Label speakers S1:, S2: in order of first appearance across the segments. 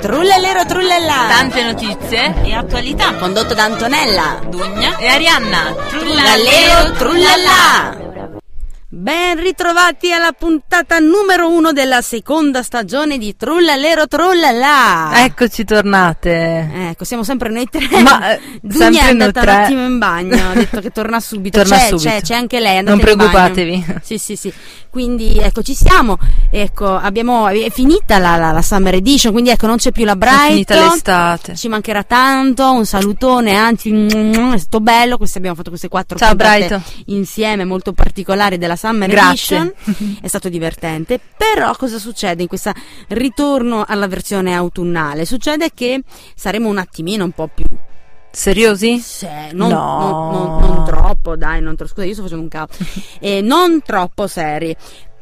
S1: Trullallero trullallà.
S2: Tante notizie
S1: e attualità condotto da Antonella.
S2: Dugna e Arianna.
S1: Trullallero trullallà. Ben ritrovati alla puntata numero uno della seconda stagione di Trullallero Trullallà.
S2: Eccoci tornate.
S1: Ecco, siamo sempre noi tre.
S2: Ma, eh,
S1: Dugna
S2: sempre
S1: è
S2: noi
S1: andata
S2: tre.
S1: un attimo in bagno, ha detto che torna subito.
S2: Torna
S1: c'è,
S2: subito.
S1: C'è, c'è anche lei. andate
S2: Non
S1: in bagno.
S2: preoccupatevi.
S1: Sì, sì, sì. Quindi ecco, ci siamo. Ecco, abbiamo, è finita la, la- la Summer Edition, quindi ecco, non c'è più la Brighton.
S2: È finita l'estate.
S1: Ci mancherà tanto, un salutone, anzi, mm, è stato bello. Queste abbiamo fatto queste quattro
S2: Ciao
S1: puntate
S2: Brighton.
S1: insieme molto particolari della Summer
S2: Grazie.
S1: Edition. È stato divertente, però cosa succede in questo ritorno alla versione autunnale? Succede che saremo un attimino un po' più
S2: Seriosi?
S1: se- non,
S2: No.
S1: non- non- non troppo, dai, non troppo, scusa, io sto facendo un capo. Eh, non troppo seri.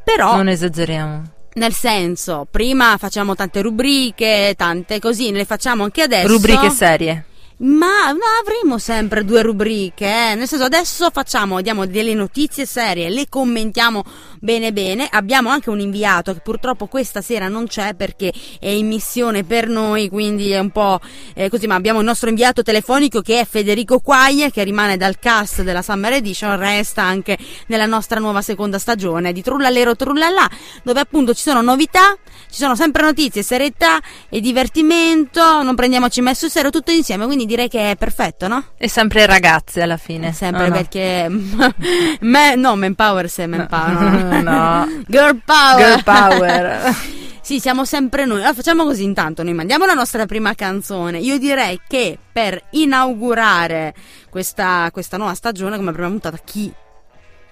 S1: Però,
S2: Non esageriamo.
S1: nel senso, prima facciamo tante rubriche, tante cosine, le facciamo anche adesso.
S2: Rubriche serie.
S1: Ma, ma avremo sempre due rubriche, eh. nel senso adesso facciamo, diamo delle notizie serie, le commentiamo bene bene, abbiamo anche un inviato che purtroppo questa sera non c'è perché è in missione per noi, quindi è un po' eh, così, ma abbiamo il nostro inviato telefonico che è Federico Quaglia che rimane dal cast della Summer Edition, resta anche nella nostra nuova seconda stagione di Trullalero Trullallà, dove appunto ci sono novità, ci sono sempre notizie, serietà e divertimento, non prendiamoci mai sul serio, tutto insieme, quindi direi che è perfetto, no?
S2: E sempre ragazze alla fine.
S1: Sempre
S2: o Eh, ah, no?
S1: perché... me, no, manpower se manpower.
S2: Ah, No.
S1: Girl power.
S2: Girl power.
S1: sì, siamo sempre noi. Allora, facciamo così intanto, noi mandiamo la nostra prima canzone. Io direi che per inaugurare questa, questa nuova stagione, come prima puntata, chi...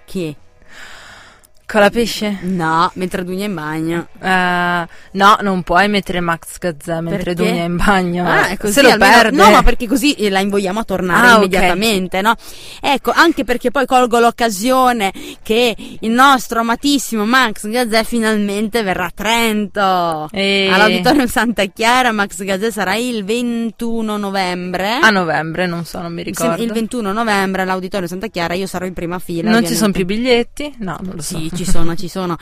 S1: Chi?
S2: Con la pesce?
S1: No, mentre Dugna è in bagno.
S2: Eh, no, non puoi mettere Max Gazzè
S1: Perché?
S2: mentre Dugna è in bagno.
S1: Ah, è così,
S2: Se lo
S1: almeno-
S2: perde.
S1: No, ma perché così eh, la invogliamo a tornare
S2: Ah, ok.
S1: immediatamente, no? Ecco, anche perché poi colgo l'occasione che il nostro amatissimo Max Gazzè finalmente verrà a Trento.
S2: E-
S1: All'Auditorium Santa Chiara Max Gazzè sarà il 21 novembre.
S2: A novembre, non so, non mi
S1: Mi sem-
S2: Ah, ricordo.
S1: il 21 novembre all'Auditorium Santa Chiara io sarò in prima fila.
S2: non ci sono
S1: ovviamente.
S2: più biglietti? No, non lo so.
S1: Sì, ci sono, ci sono.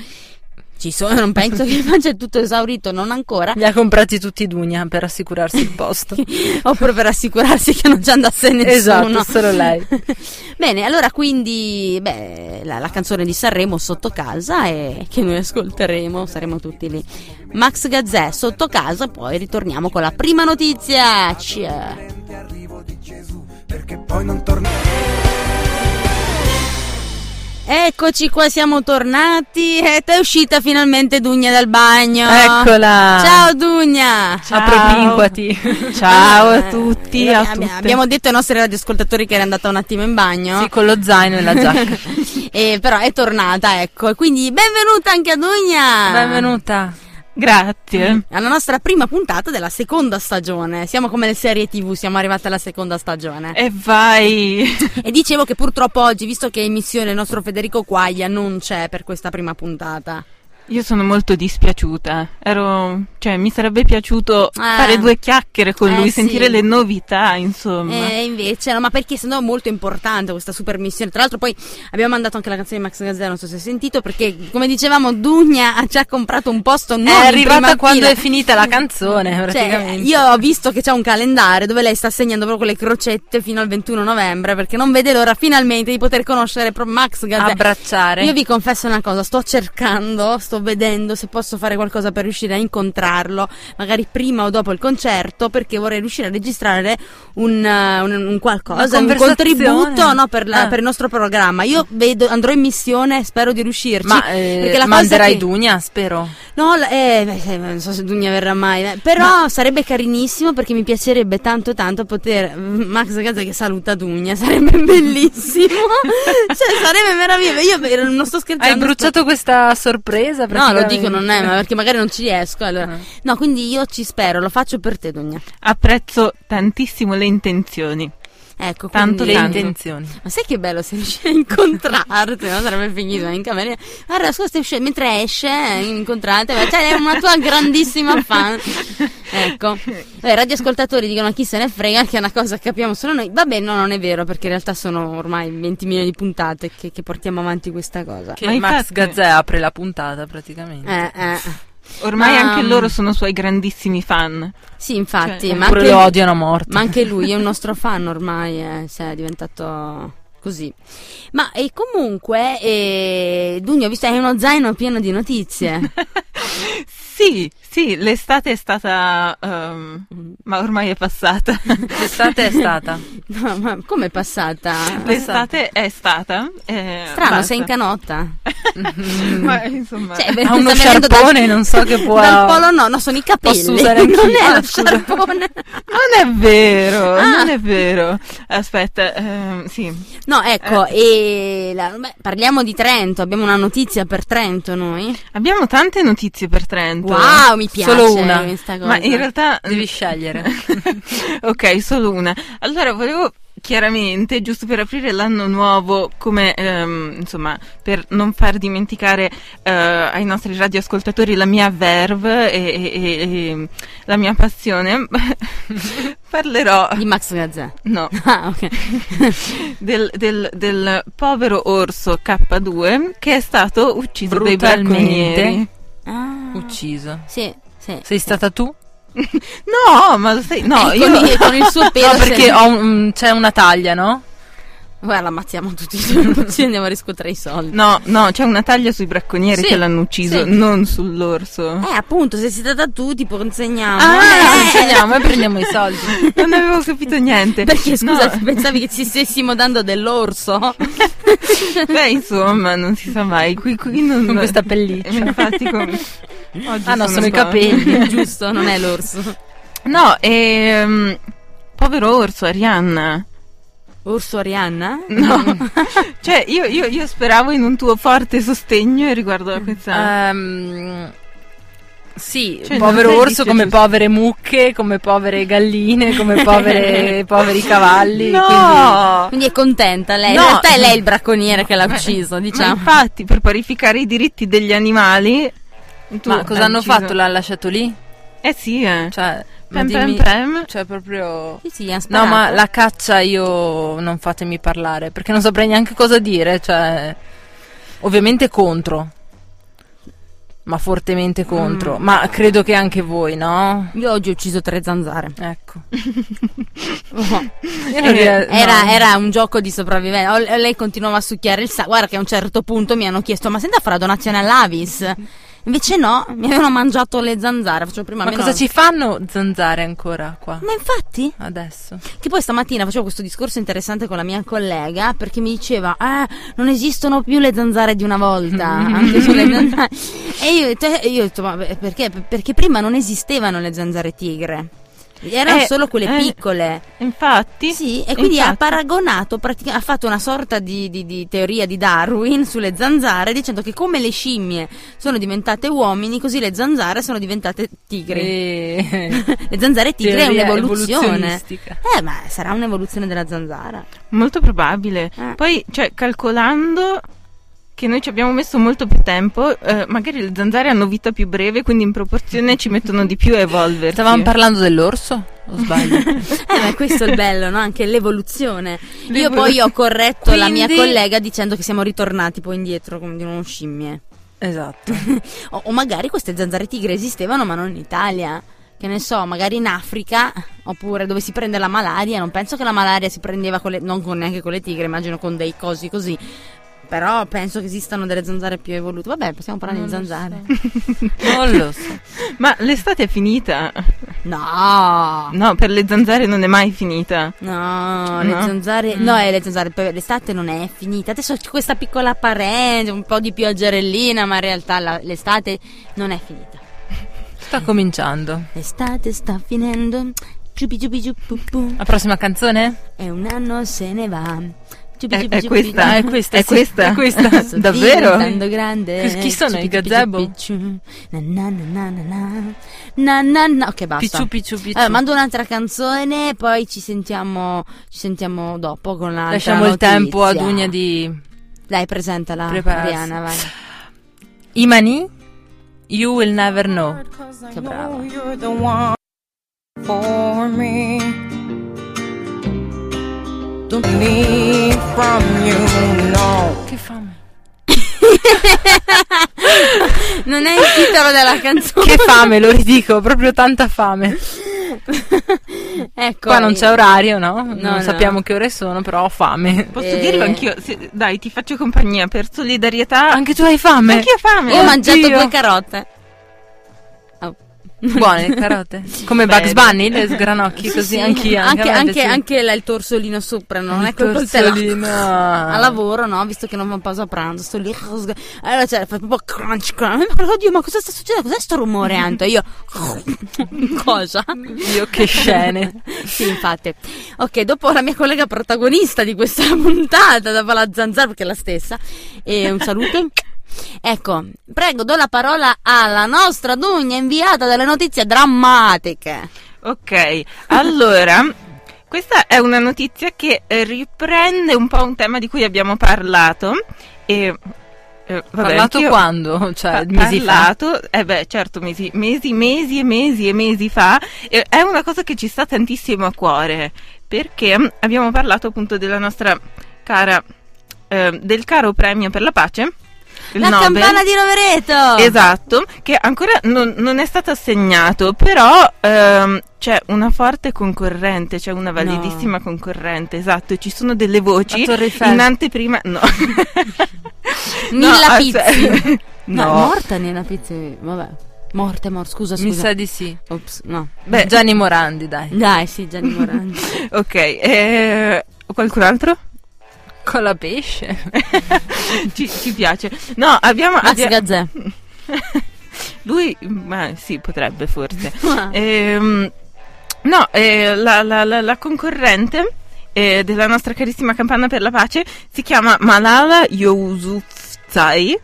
S1: Ci sono, non penso che faccia tutto esaurito, non ancora.
S2: Li ha comprati tutti Dugna per assicurarsi il posto.
S1: Oppure per assicurarsi che non ci andasse nessuno.
S2: Esatto, solo lei.
S1: Bene, allora quindi beh, la, la canzone di Sanremo sotto casa e che noi ascolteremo, saremo tutti lì. Max Gazzè sotto casa, poi ritorniamo con la prima notizia. Ciao.
S3: perché poi non torna
S1: Eccoci qua, siamo tornati ed è uscita finalmente Dugna dal bagno.
S2: Eccola.
S1: Ciao Dugna.
S2: Appropinquati.
S4: Ciao a tutti,
S1: Eh,
S4: a
S1: abbi-
S4: tutte.
S1: Abbiamo detto ai nostri radioascoltatori che era andata un attimo in bagno.
S2: Sì, con lo zaino e la giacca.
S1: Eh, però è tornata, ecco. E Quindi benvenuta anche a Dugna.
S2: Benvenuta.
S4: Grazie.
S1: Alla nostra prima puntata della seconda stagione. Siamo come le serie TV, siamo arrivate alla seconda stagione.
S4: E vai.
S1: E dicevo che purtroppo oggi, visto che è in missione il nostro Federico Quaglia, non c'è per questa prima puntata.
S4: Io sono molto dispiaciuta. Ero, cioè, mi sarebbe piaciuto fare due chiacchiere con
S1: Ah. eh,
S4: lui,
S1: sì.
S4: sentire le novità, insomma.
S1: Eh, E invece, no, ma perché sennò è molto importante questa super missione. Tra l'altro, poi abbiamo mandato anche la canzone di Max Gazzè, non so se hai sentito, perché come dicevamo, Dugna ha già comprato un posto non
S2: è
S1: in
S2: Eh, arrivata
S1: prima
S2: quando
S1: fila.
S2: è finita la canzone,
S1: Cioè,
S2: praticamente.
S1: io ho visto che c'è un calendario dove lei sta segnando proprio le crocette fino al 21 novembre perché non vede l'ora finalmente di poter conoscere pro- Max Gazzè.
S2: Abbracciare.
S1: Io vi confesso una cosa, sto cercando, sto vedendo se posso fare qualcosa per riuscire a incontrarlo, magari prima o dopo il concerto, perché vorrei riuscire a registrare un, eh, un- un qualcosa,
S2: Una
S1: un
S2: conversazione.
S1: contributo no, per, la-
S2: Ah.
S1: per il nostro programma. Io vedo, andrò in missione, spero di riuscirci.
S2: ma eh,
S1: perché la cosa
S2: manderai
S1: che-
S2: Dugna, spero.
S1: No, la- eh, beh, eh, non so se Dugna verrà mai, eh, però sarebbe carinissimo perché mi piacerebbe tanto tanto poter mm, Max Gazzè che saluta Dugna, sarebbe bellissimo. cioè, sarebbe meraviglioso. Io eh, non sto scherzando.
S2: Hai bruciato questa sorpresa?
S1: sto- No, lo
S2: praticamente.
S1: dico non è, ma perché magari non ci riesco. allora.
S2: Ah.
S1: No, quindi io ci spero, lo faccio per te, Dugna.
S4: Apprezzo tantissimo le intenzioni.
S1: Ecco,
S4: Tanto,
S1: quindi-
S2: Le
S4: tanto.
S2: intenzioni.
S1: Ma sai che bello se riuscire a incontrarti, no? Sarebbe finito in camera. Guarda, scusa, stai uscendo- mentre esce, eh, incontrate, ma cioè, è una tua grandissima fan. Ecco. Vabbè, I radioascoltatori dicono chi se ne frega, che è una cosa che capiamo solo noi. Vabbè, no, non è vero, perché in realtà sono ormai 20 milioni di puntate che, che portiamo avanti questa cosa.
S2: Che
S4: Ma
S2: Max
S4: infatti-
S2: Gazzè apre la puntata, praticamente.
S1: Eh, eh.
S4: Ormai
S1: Ma-
S4: anche loro sono suoi grandissimi fan.
S1: Sì, infatti,
S4: Cioè,
S1: ma,
S2: Pure
S1: anche,
S2: lo odiano a morte.
S1: ma anche lui è un nostro fan ormai, eh, cioè, è diventato così. Ma e comunque, eh, Dugno, ho visto hai uno zaino pieno di notizie.
S4: Sì, sì, l'estate è stata... ehm, ma ormai è passata.
S2: L'estate è stata.
S1: No, ma com'è passata?
S4: l'estate è stata. eh,
S1: Strano,
S4: basta.
S1: sei in canotta.
S4: ma insomma...
S1: Cioè, beh,
S2: Ha uno
S1: stai venendo
S2: sciarpone, non so che può-
S1: Dal polo no, no, sono i capelli.
S2: Posso usare anch'io?
S1: non è
S2: Ah,
S1: lo
S2: scusa.
S1: sciarpone.
S4: Non è vero,
S1: Ah.
S4: non è vero. Aspetta, ehm, sì.
S1: No, ecco,
S2: Eh.
S1: e la- beh, parliamo di Trento, abbiamo una notizia per Trento noi.
S4: Abbiamo tante notizie per Trento.
S1: Wow, mi piace
S2: Solo una.
S1: questa cosa.
S4: Ma in realtà...
S2: Devi scegliere.
S4: ok, solo una. Allora, volevo chiaramente, giusto per aprire l'anno nuovo, come ehm, insomma, per non far dimenticare eh, ai nostri radioascoltatori la mia verve e, e- e- e la mia passione, parlerò.
S1: Di Max Gazzè.
S4: No,
S1: Ah, ok.
S4: del, del- del povero orso K2 che è stato ucciso dai
S2: Brutalmente.
S4: bracconieri.
S1: Ah.
S2: Ucciso.
S1: Sì, sì.
S2: Sei stata tu?
S4: No, ma lo sai, no,
S1: Eh,
S4: io
S1: con, il, con il suo pelo.
S2: no, perché
S1: se-
S2: ho un- c'è una taglia, no?
S1: Guarda, ammazziamo tutti i giorni, così andiamo a riscuotere i soldi.
S4: No, no, c'è una taglia sui bracconieri
S1: Sì,
S4: che l'hanno ucciso,
S1: sì.
S4: non sull'orso.
S1: Eh, appunto, se sei stata tu, ti consegniamo.
S4: Ah,
S1: Eh,
S2: Ci andiamo e prendiamo i soldi.
S4: Non avevo capito niente.
S1: Perché scusa,
S4: No,
S1: pensavi che ci stessimo dando dell'orso?
S4: beh, insomma, non si sa mai. Qui, qui non...
S2: Con questa pelliccia.
S4: Eh, Infatti, con- oggi
S2: Ah, no, sono i
S4: qua.
S2: capelli.
S1: Giusto, non è l'orso.
S4: No, ehm, povero orso, Arianna.
S1: Orso Arianna?
S4: No. cioè, io, io- io speravo in un tuo forte sostegno riguardo a
S2: Ah,
S4: questa...
S2: Ehm, sì,
S4: Cioè,
S2: povero
S4: non
S2: orso
S4: dice
S2: come
S4: giusto.
S2: povere mucche, come povere galline, come povere, poveri cavalli. quindi-
S4: no!
S1: Quindi è contenta lei.
S4: No.
S1: In realtà è lei il bracconiere che l'ha
S4: Ma-
S1: ucciso,
S4: ma
S1: diciamo.
S4: infatti, per parificare i diritti degli animali... tu
S2: Ma cosa
S4: hai
S2: hanno
S4: ucciso-
S2: fatto? L'hanno lasciato lì?
S4: Eh sì, eh.
S2: Cioè, ma
S4: Pem, pem,
S2: dimmi-
S4: pem.
S2: cioè proprio...
S1: Sì, sì, gli han
S2: No,
S1: sparato.
S2: ma la caccia io non fatemi parlare, perché non saprei neanche cosa dire, cioè ovviamente contro. Ma
S4: Mm.
S2: fortemente contro, ma credo che anche voi, no?
S1: Io oggi ho ucciso tre zanzare.
S2: Ecco.
S1: Eh, Era, era un gioco di sopravvivenza. O- Lei continuava a succhiare il sangue. Guarda che a un certo punto mi hanno chiesto: Ma senta, farà donazione all'Avis? Invece no, mi avevano mangiato le zanzare. Facevo prima
S2: Ma
S1: meno-
S2: cosa ci fanno zanzare ancora qua?
S1: Ma infatti,
S2: Adesso.
S1: che poi stamattina facevo questo discorso interessante con la mia collega perché mi diceva: Ah, non esistono più le zanzare di una volta. anche sulle zanzare. E io, ho detto- eh, io ho detto: Ma beh, perché? Perché prima non esistevano le zanzare tigre. Erano
S4: Eh,
S1: solo quelle
S4: eh.
S1: piccole.
S4: Infatti,
S1: Sì, e quindi ha
S4: infatti.
S1: paragonato, pratica- ha fatto una sorta di, di- di teoria di Darwin sulle zanzare, dicendo che come le scimmie sono diventate uomini, così le zanzare sono diventate
S4: Eh,
S1: tigri.
S2: E...
S1: Le zanzare tigri è
S2: Teoria
S1: un'evoluzione.
S2: evoluzionistica.
S1: Eh, ma sarà un'evoluzione della zanzara.
S4: molto probabile.
S1: Eh.
S4: Poi, cioè, calcolando che noi ci abbiamo messo molto più tempo, eh, magari le zanzare hanno vita più breve, quindi in proporzione ci mettono di più a evolversi.
S2: Stavamo parlando dell'orso? O sbaglio?
S1: Eh, ma questo è il bello, no? Anche l'evoluzione. Io
S4: L'evolu-
S1: poi ho corretto la mia
S2: Quindi-
S1: collega dicendo che siamo ritornati poi indietro come di nuovo scimmie.
S2: esatto.
S1: O, o magari queste zanzare tigre esistevano ma non in Italia. Che ne so, magari in Africa, oppure dove si prende la malaria. Non penso che la malaria si prendeva con le, non con, neanche con le tigre, immagino con dei cosi così. Però penso che esistano delle zanzare più evolute. Vabbè, possiamo parlare di zanzare.
S2: Non lo so.
S4: Ma l'estate è finita.
S1: No!
S4: No, per le zanzare non è mai finita.
S1: No, le
S4: No?
S1: zanzare. No, eh, le zanzare. per- L'estate non è finita. Adesso c'è questa piccola parente, un po' di pioggerellina, ma in realtà la- l'estate non è finita.
S2: Sta cominciando.
S1: L'estate sta finendo. Giupi, giupi, giupi, pu, pu.
S2: La prossima canzone?
S1: E un anno se ne va. Giupi,
S4: È,
S1: giupi,
S4: è
S1: giupi.
S4: questa.
S2: Ah, è questa,
S4: È
S2: sì.
S4: questa.
S2: È questa.
S1: Sto
S4: Davvero?
S1: diventando grande.
S2: Chi- chi sono
S1: Giupi,
S2: i
S1: giupi,
S2: gazebo?
S1: giupi, giù. Na, na, na, na, na, na. Na, na, na. Ok, basta. Eh,
S2: Picciu picciu picciu.
S1: Allora, mando un'altra canzone, poi ci sentiamo, ci sentiamo dopo con l'altra
S2: Lasciamo il
S1: notizia.
S2: tempo ad Ugna di
S1: Dai, presentala,
S2: Prepararsi.
S1: Ariana, vai.
S2: Imani. You will never know.
S1: Che brava.
S5: You're the one for me. Don't leave from you, no.
S2: Che fame.
S1: Non è il titolo della canzone.
S2: Che fame, lo ridico, proprio tanta fame.
S1: ecco.
S2: Qua non c'è orario, no? non
S1: no.
S2: sappiamo che ore sono, però ho fame.
S4: Posso
S1: Eh.
S4: dirlo anch'io? Se- dai, ti faccio compagnia per solidarietà.
S1: Ah,
S2: Anche tu hai fame?
S4: Anch'io ho fame.
S1: Ho mangiato
S2: Oddio.
S1: due carote. Oh.
S2: Buone le carote. Come
S4: Bene.
S2: Bugs Bunny, le sgranocchi così,
S1: Sì,
S2: anch'io.
S1: Anche,
S2: a me
S1: anche,
S2: piace.
S1: anche la- il torsolino sopra, no? non è
S2: Il
S1: colpa del telaio.
S2: torsolino.
S1: A lavoro, no? Visto che non va in pausa pranzo, sto lì. Allora cioè, fa proprio crunch crunch. Ma Oddio, ma cosa sta succedendo? Cos'è sto rumore, Anto? E Io. Cosa?
S2: Dio, che scene.
S1: sì, infatti. Ok, dopo la mia collega protagonista di questa puntata, dopo la zanzara, perché è la stessa, e un saluto. Ecco, prego, do la parola alla nostra Dugna inviata delle notizie drammatiche.
S4: Ok, allora, questa è una notizia che eh, riprende un po' un tema di cui abbiamo parlato. E, eh, vabbè,
S2: parlato
S4: anch'io-
S2: quando? Cioè,
S4: Pa-
S2: mesi fa.
S4: parlato, eh beh, certo, mesi, mesi, mesi e mesi e mesi fa, e è una cosa che ci sta tantissimo a cuore, perché mm, abbiamo parlato appunto della nostra cara, eh, del caro premio per la pace, il
S1: La
S4: Nobel.
S1: campana di Rovereto!
S4: Esatto, che ancora non, non è stato assegnato, però ehm, c'è una forte concorrente, c'è una validissima concorrente, esatto, e ci sono delle voci
S2: La Torre Eiffel.
S4: in anteprima... No.
S1: Nilla Pizzi.
S4: aspe-
S1: No,
S4: No.
S1: è morta Nina Pizzi, vabbè. Morte, morte, scusa,
S2: Mi
S1: scusa.
S2: sa di sì.
S1: Ops, no.
S4: Beh,
S2: Gianni Morandi, dai.
S1: Dai, sì, Gianni Morandi.
S4: ok, eh, qualcun altro?
S2: Con la pesce.
S4: ci, ci piace. No, abbiamo...
S1: Max
S4: abbia-
S1: Gazzè.
S4: lui, ma sì, potrebbe forse.
S2: Ah.
S1: Eh.
S4: Ehm, no, eh, la, la- la- la concorrente eh, della nostra carissima campana per la pace si chiama Malala Yousufzai.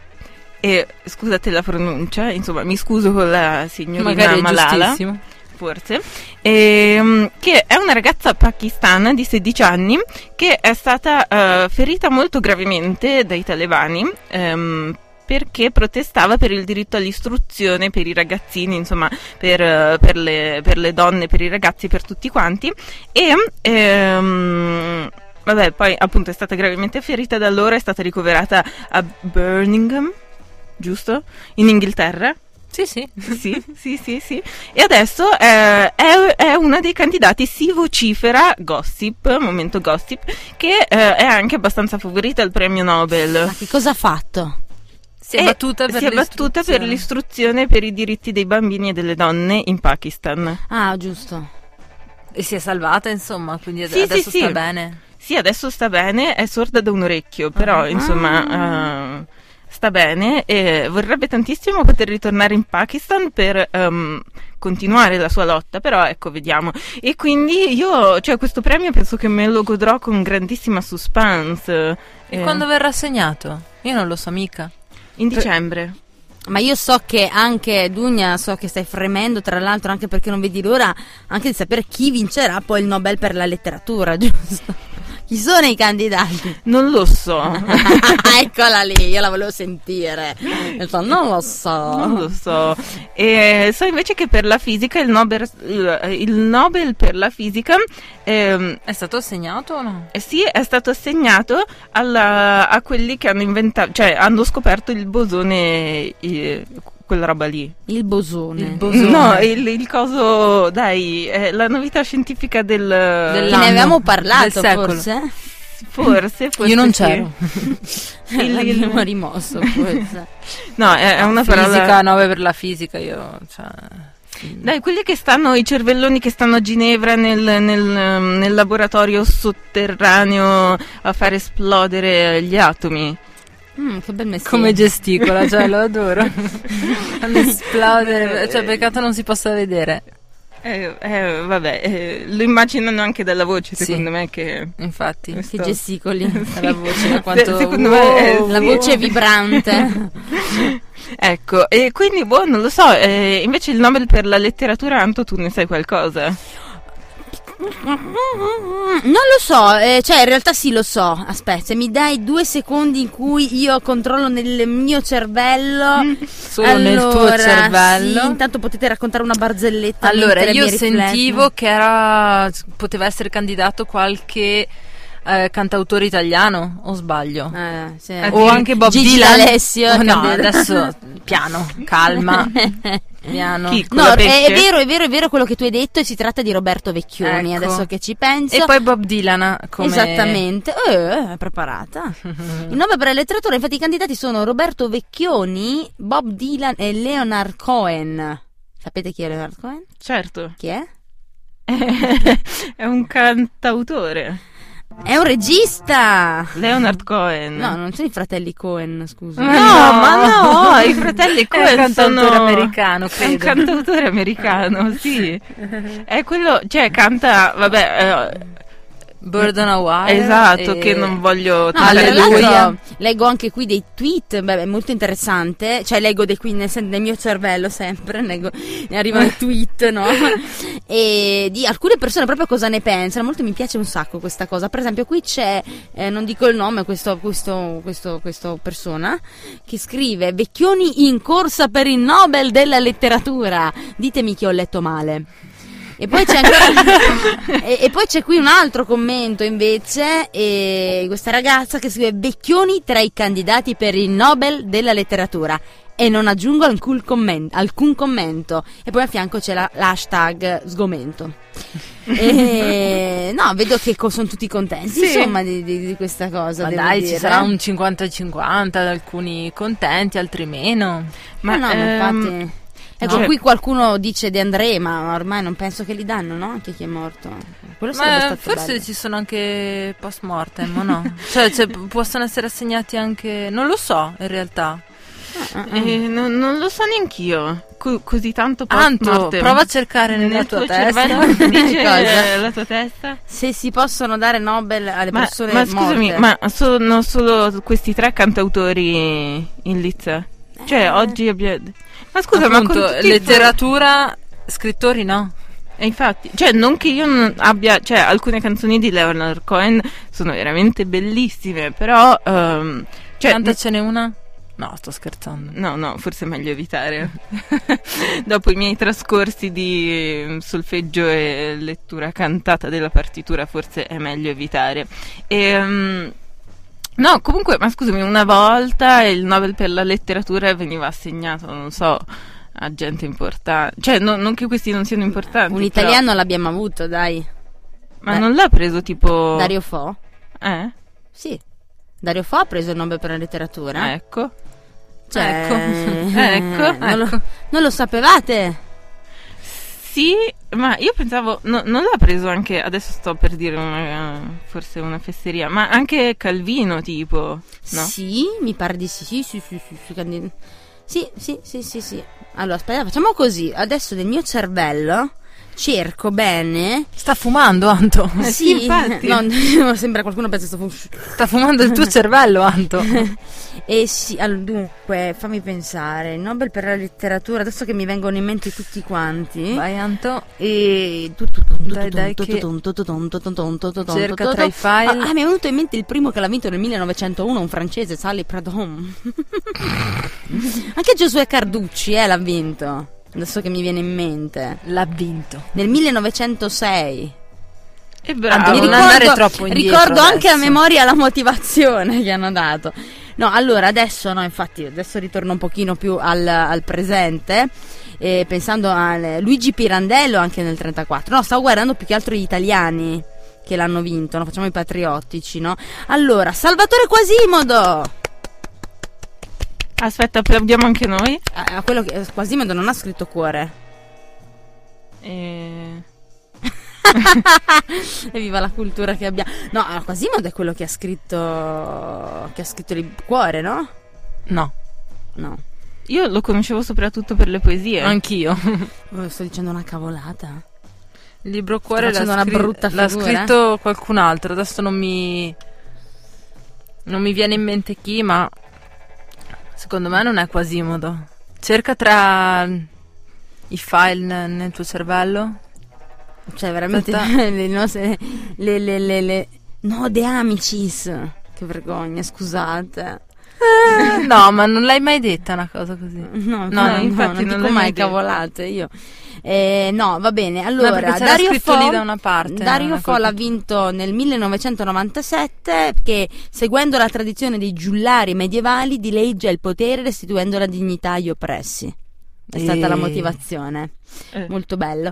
S4: E, scusate la pronuncia, insomma, mi scuso con la signorina
S2: Magari è
S4: Malala
S2: giustissimo.
S4: forse, ehm, che è una ragazza pakistana di 16 anni che è stata eh, ferita molto gravemente dai talebani ehm, perché protestava per il diritto all'istruzione per i ragazzini, insomma, per, eh, per le, per le donne, per i ragazzi, per tutti quanti. E ehm, vabbè, poi appunto è stata gravemente ferita da loro, è stata ricoverata a Birmingham, giusto? In Inghilterra
S2: Sì, sì.
S4: sì, sì, sì, sì. E adesso eh, è, è una dei candidati, si vocifera, gossip, momento gossip, che eh, è anche abbastanza favorita al premio Nobel.
S1: Ma che cosa ha fatto?
S2: Si è
S4: E
S2: battuta per
S4: si è battuta per l'istruzione e per i diritti dei bambini e delle donne in Pakistan.
S1: Ah, giusto.
S2: E si è salvata, insomma, quindi ad-
S4: Sì, sì,
S2: adesso
S4: sì.
S2: sta bene.
S4: Sì, adesso sta bene, è sorda da un orecchio, però
S2: Ah.
S4: insomma eh, sta bene e vorrebbe tantissimo poter ritornare in Pakistan per ehm, continuare la sua lotta, però ecco, vediamo. E quindi io, cioè questo premio penso che me lo godrò con grandissima suspense.
S2: E
S4: Eh,
S2: quando Eh. verrà assegnato? Io non lo so mica.
S4: In dicembre.
S1: Ma io so che anche Dugna, so che stai fremendo, tra l'altro anche perché non vedi l'ora, anche di sapere chi vincerà poi il Nobel per la letteratura, giusto? Chi sono i candidati?
S4: Non lo so.
S2: Ah.
S1: Eccola lì, io la volevo sentire. Ho detto, Non lo so.
S4: Non lo so. E so invece che per la fisica, il Nobel, il Nobel per la fisica ehm,
S2: È stato assegnato o no?
S4: Eh Sì, è stato assegnato alla- a quelli che hanno inventato, cioè hanno scoperto il bosone, eh, quella roba lì.
S1: Il bosone.
S2: Il bosone.
S4: No, il, il coso, dai, è la novità scientifica del...
S1: Che
S4: Ah,
S2: Dell'anno.
S1: ne avevamo parlato
S2: Del secolo.
S1: forse?
S4: Forse, forse
S2: Io non
S4: sì.
S2: c'ero.
S4: Il-
S1: L'abbiamo
S4: il-
S1: rimosso forse.
S4: No, è, è una parola...
S2: Fisica 9 per la fisica, io. Cioè,
S4: Dai, quelli che stanno, i cervelloni che stanno a Ginevra nel, nel, ehm, nel laboratorio sotterraneo a far esplodere gli atomi.
S1: Mm, che bel messaggio.
S2: come gesticola, cioè lo adoro. Fanno esplodere, cioè peccato non si possa vedere.
S4: Eh, eh, vabbè, eh, lo immaginano anche dalla voce,
S2: Sì.
S4: secondo me, che...
S2: Infatti,
S1: Che
S4: sto-
S1: gesticoli.
S2: la voce da
S4: Se-
S2: quanto
S4: secondo me, eh,
S1: La
S4: sì.
S1: voce vibrante.
S4: Ecco, e quindi, boh, non lo so, eh, invece il Nobel per la letteratura, Anto, tu ne sai qualcosa?
S1: Non lo so, eh, cioè in realtà sì lo so. Aspetta, se mi dai due secondi in cui io controllo nel mio cervello.
S2: solo
S1: allora,
S2: nel tuo cervello.
S1: sì, intanto potete raccontare una barzelletta.
S2: Allora,
S1: mentre
S2: io
S1: mi rifletto.
S2: sentivo che era, poteva essere candidato qualche eh, cantautore italiano, o sbaglio?
S1: Eh, sì.
S2: O anche Bob
S1: Gigi
S2: Dylan.
S1: D'Alessio,
S2: Oh, no,
S1: capito?
S2: adesso piano, calma. piano.
S4: Chi?
S1: No,
S4: Con la
S1: è, è
S4: pecche?
S1: vero, è vero, è vero quello che tu hai detto e si tratta di Roberto Vecchioni,
S2: Ecco.
S1: adesso che ci penso.
S2: E poi Bob Dylan ah, come
S1: Esattamente, eh, è preparata. Il Nobel per la letteratura, infatti, i candidati sono Roberto Vecchioni, Bob Dylan e Leonard Cohen. Sapete chi è Leonard Cohen?
S4: Certo,
S1: Chi è?
S4: è un cantautore.
S1: È un regista!
S4: Leonard Cohen.
S1: No, non sono i fratelli Cohen, scusa.
S4: No, ma no, i fratelli
S2: È un
S4: Cohen sono...
S2: cantautore americano,
S4: È un
S2: credo. Ah.
S4: cantautore americano, sì. È quello, cioè canta, vabbè, eh,
S2: Bird on a Wire.
S4: esatto,
S2: e-
S4: che non voglio...
S1: No,
S4: toccare
S1: Ah, tra
S4: lui.
S1: l'altro leggo anche qui dei tweet, beh, è molto interessante, cioè leggo dei qui nel, sen- nel mio cervello sempre, leggo- ne arrivano i tweet, no? E di alcune persone proprio cosa ne pensano, molto mi piace un sacco questa cosa, per esempio qui c'è, eh, non dico il nome, questo, questo, questo, questo persona, che scrive Vecchioni in corsa per il Nobel della letteratura, ditemi che ho letto male. E poi c'è ancora- e, e poi c'è qui un altro commento invece, e questa ragazza che scrive Vecchioni tra i candidati per il Nobel della letteratura. E non aggiungo alcun, commen- alcun commento. E poi a fianco c'è la- l'hashtag sgomento. E- no, vedo che co- sono tutti contenti
S2: Sì.
S1: insomma di, di- di questa cosa.
S2: Ma
S1: devo
S2: dai, ci
S1: dire. eh.
S2: sarà un 50-50, alcuni contenti, altri meno.
S1: Ma Eh, no, ma
S4: ehm,
S1: infatti. Ecco,
S4: cioè-
S1: qui qualcuno dice De André, ma ormai non penso che li danno, no? Anche chi è morto. Quello sarebbe
S2: Ma
S1: stato
S2: forse
S1: bello.
S2: ci sono anche post mortem, o no? cioè, cioè, p- possono essere assegnati anche... Non lo so, in realtà.
S1: Ah, ah.
S4: eh, non, non lo so neanch'io. Co- così tanto post
S2: Anto,
S4: mortem.
S2: prova a cercare nella
S4: Nel
S2: tua
S4: tuo
S2: testa.
S4: cervello ti dice
S1: Cosa?
S4: eh, la tua testa.
S1: Se si possono dare Nobel alle
S4: Ma,
S1: persone
S4: ma
S1: morte.
S4: scusami, ma sono solo questi tre cantautori in lizza? Cioè, oggi abbiamo... Ma scusa, ma
S2: Eh. Appunto,
S4: con tutti i-
S2: letteratura, scrittori no.
S4: E infatti, cioè, non che io non abbia, cioè, alcune canzoni di Leonard Cohen sono veramente bellissime, però, ehm, cioè,
S2: Cantacene una? No, sto scherzando.
S4: no, no, forse è meglio evitare. Dopo i miei trascorsi di ehm, solfeggio e lettura cantata della partitura, forse è meglio evitare. Ehm, No, comunque, ma scusami, una volta il Nobel per la letteratura veniva assegnato, non so, a gente importante. Cioè, no- non che questi non siano importanti.
S1: Un
S4: però-
S1: italiano l'abbiamo avuto, dai.
S4: Ma
S1: Beh.
S4: non l'ha preso tipo...
S1: Dario Fo?
S4: Eh?
S1: Sì. Dario Fo ha preso il Nobel per la letteratura.
S4: Ecco.
S1: Cioè,
S2: ecco.
S1: eh,
S4: Ecco,
S1: non, Lo,
S4: ecco.
S1: non lo sapevate?
S4: Sì, ma io pensavo... no, non l'ha preso anche... Adesso sto per dire una, forse una fesseria, ma anche Calvino tipo, no?
S1: Sì, mi pare di sì, sì, sì, sì, sì, sì, candid- sì, sì, sì, sì, sì. Allora, aspetta, facciamo così. Adesso nel mio cervello cerco bene.
S2: Sta fumando, Anto.
S4: Eh sì,
S1: sì,
S4: infatti.
S1: no, sembra qualcuno pensa sto fu-
S2: Sta fumando il tuo cervello, Anto.
S1: Eh sì, allora, dunque, fammi pensare, il Nobel per la letteratura, adesso che mi vengono in mente tutti quanti.
S2: Vai, Anto.
S1: E
S2: Dai, dai, che- Cerca tra i file.
S1: Ah, ah, mi è venuto in mente il primo che l'ha vinto nel 1901, un francese, Sally Pradhomme. Anche Giosuè Carducci, eh, l'ha vinto. Adesso che mi viene in mente.
S2: L'ha vinto.
S1: Nel 1906.
S4: E
S2: Ah,
S1: Mi
S2: non
S4: bravo.
S1: ricordo-
S2: andare troppo indietro
S1: Ricordo anche a
S2: adesso.
S1: memoria la motivazione che hanno dato. No, allora adesso, no, infatti, adesso ritorno un pochino più al, al presente. eh, pensando a Luigi Pirandello anche nel 34. No, stavo guardando più che altro gli italiani che l'hanno vinto, no? facciamo i patriottici, no? Allora, Salvatore Quasimodo!
S4: Aspetta, applaudiamo anche noi.
S1: Ah, ah, quello che- Quasimodo non ha scritto cuore.
S4: E...
S1: Evviva la cultura che abbiamo. No, ah, Quasimodo è quello che ha scritto. che ha scritto il cuore, no?
S2: No,
S1: No.
S4: Io lo conoscevo soprattutto per le poesie.
S2: anch'io.
S1: Oh, sto dicendo una cavolata.
S2: Il libro cuore
S1: Sto
S2: l'ha,
S1: facendo una
S2: scri-
S1: brutta
S2: l'ha
S1: figura, eh?
S2: scritto qualcun altro, adesso non mi non mi viene in mente chi, ma secondo me non è Quasimodo. Cerca tra i file ne- nel tuo cervello.
S1: Cioè, veramente le nostre. Le, le, le, le- No, De Amicis. Che vergogna, scusate.
S2: Eh, no, ma non l'hai mai detta una cosa così.
S1: No,
S2: No,
S1: no, no,
S4: infatti
S1: non
S4: non
S1: dico
S4: l'ho
S1: mai
S4: mai detto.
S1: cavolate io. Eh, no, va bene.
S2: no,
S1: Allora,
S2: perché c'era
S1: Dario
S2: scritto
S1: Fo,
S2: lì da una parte.
S1: Dario
S2: una
S1: Fo
S2: cosa-
S1: l'ha vinto nel 1997 che seguendo la tradizione dei giullari medievali dileggia il potere restituendo la dignità agli oppressi. È stata
S2: Eh.
S1: la motivazione.
S4: Eh.
S1: Molto bello.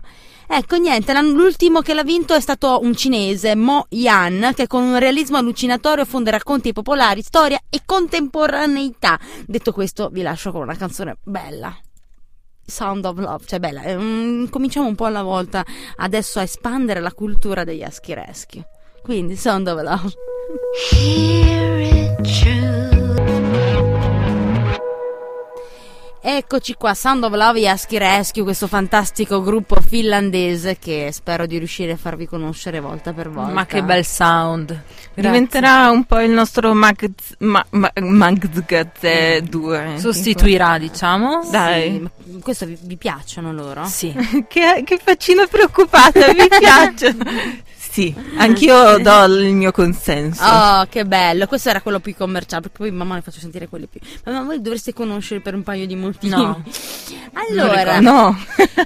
S1: Ecco, niente, l'an- l'ultimo che l'ha vinto è stato un cinese, Mo Yan, che con un realismo allucinatorio fonde racconti popolari, storia e contemporaneità. Detto questo, vi lascio con una canzone bella. Sound of Love, cioè bella. eh, mm, cominciamo un po' alla volta adesso a espandere la cultura degli Aschi Rescue. Quindi, Sound of Love. Eccoci qua, Sound of Love e Aschi Rescue, questo fantastico gruppo finlandese che spero di riuscire a farvi conoscere volta per volta.
S2: Ma che bel sound. Grazie.
S4: Diventerà un po' il nostro Magz- ma- ma- Magzgazze 2.
S2: Sostituirà, diciamo.
S1: Sì,
S4: Dai.
S1: ma questo vi, vi piacciono loro?
S2: Sì.
S4: Che, che faccina preoccupata, mi piace. Sì, anch'io do il mio consenso.
S1: Oh, che bello! Questo era quello più commerciale, perché poi mamma ne faccio sentire quelli più. Ma, ma voi dovreste conoscere per un paio di motivi.
S2: No.
S1: Allora,
S4: No,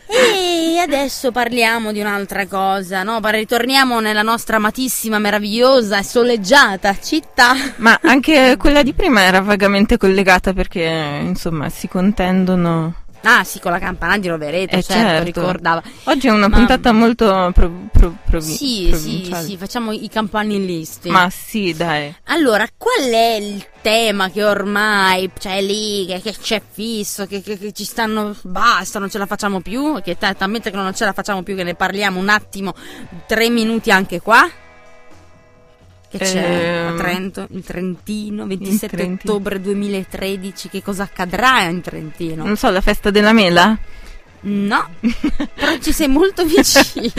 S1: e adesso parliamo di un'altra cosa, no? Ma Ritorniamo nella nostra amatissima, meravigliosa e soleggiata città.
S4: ma anche quella di prima era vagamente collegata perché, insomma, si contendono.
S1: Ah, sì, con la campana di Rovereto,
S4: Eh,
S1: certo,
S4: certo.
S1: ricordava.
S4: Oggi è una
S1: Ma-
S4: puntata molto pro- pro- provi-
S1: Sì, sì,
S4: provinciale.
S1: sì, facciamo i campanilisti.
S4: Ma sì, dai.
S1: Allora, qual è il tema che ormai c'è lì, che, che c'è fisso, che, che- che ci stanno, basta, non ce la facciamo più, che ta- talmente che non ce la facciamo più che ne parliamo un attimo, tre minuti anche qua? Che c'è a
S4: Ehm,
S1: Trento, in Trentino, 27
S4: in Trentino.
S1: ottobre 2013, che cosa accadrà in Trentino?
S4: Non so, la festa della mela?
S1: No, però ci sei molto vicino.